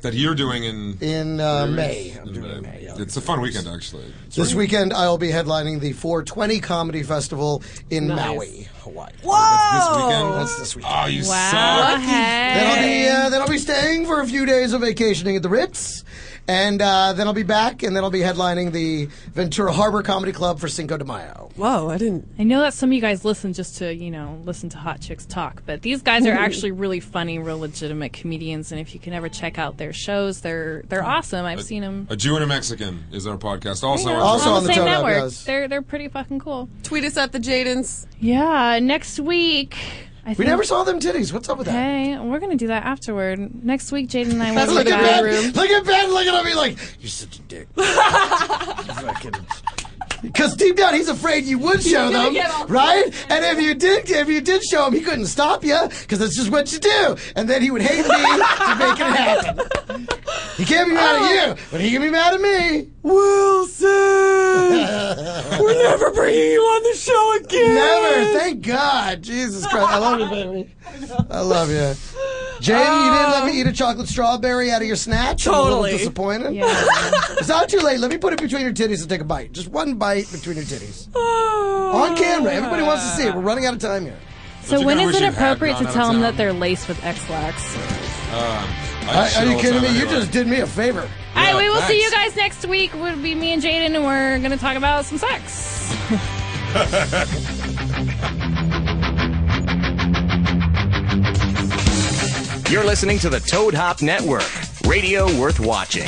Speaker 1: That you're doing in
Speaker 4: in uh, May. I'm
Speaker 1: doing May. It's a fun weekend actually. It's
Speaker 4: This
Speaker 1: really-
Speaker 4: weekend, I'll be headlining the 420 Comedy Festival in
Speaker 1: Nice.
Speaker 4: Maui, Hawaii.
Speaker 1: That's this weekend.
Speaker 4: That's this weekend.
Speaker 1: Oh, you suck.
Speaker 4: Then I'll be uh, then I'll be staying for a few days of vacationing at the Ritz, and uh, then I'll be back, and then I'll be headlining the Ventura Harbor Comedy Club for Cinco de Mayo.
Speaker 8: Whoa, I didn't.
Speaker 9: I know that some of you guys listen just to you know listen to hot chicks talk, but these guys are actually really funny, real legitimate comedians. And if you can ever check out their shows, they're they're awesome. I've seen them.
Speaker 1: A Jew and a Mexican is our podcast. Also,
Speaker 9: Yeah,
Speaker 1: on-
Speaker 9: on, the, same network. They're they're pretty fucking cool.
Speaker 8: Tweet us at the Jadens.
Speaker 9: Yeah, next week. I
Speaker 4: We never saw them titties. What's up with that?
Speaker 9: Hey, we're gonna do that afterward. Next week, Jaden and I will
Speaker 4: look
Speaker 9: be
Speaker 4: at
Speaker 9: back.
Speaker 4: Ben. Look at Ben looking at me like you're such a dick. Because deep down he's afraid you would
Speaker 13: He's
Speaker 4: show
Speaker 13: gonna
Speaker 4: them,
Speaker 13: get all-
Speaker 4: right? And if you did, if you did show him, he couldn't stop you because that's just what you do. And then he would hate me to make it happen. He can't be mad at you, but he can be mad at me. Wilson, we're never bringing you on the show again. Never. Thank God, Jesus Christ, I love you, baby. I love you. Jaden, you didn't let me eat a chocolate strawberry out of your snatch. I'm a
Speaker 8: Totally.
Speaker 4: little disappointed. it's not too late. Let me put it between your titties and take a bite. Just one bite between your titties.
Speaker 6: Oh.
Speaker 4: On camera. Everybody wants to see it. We're running out of time here.
Speaker 9: So when is it appropriate to tell them that they're laced with X-Lax?
Speaker 4: Uh, I- are you kidding me? You
Speaker 1: anyway.
Speaker 4: just did me a favor.
Speaker 9: All right, we will see
Speaker 4: thanks.
Speaker 9: you guys next week. It will be me and Jaden, and we're gonna talk about some sex.
Speaker 11: You're listening to the Toad Hop Network, radio worth watching.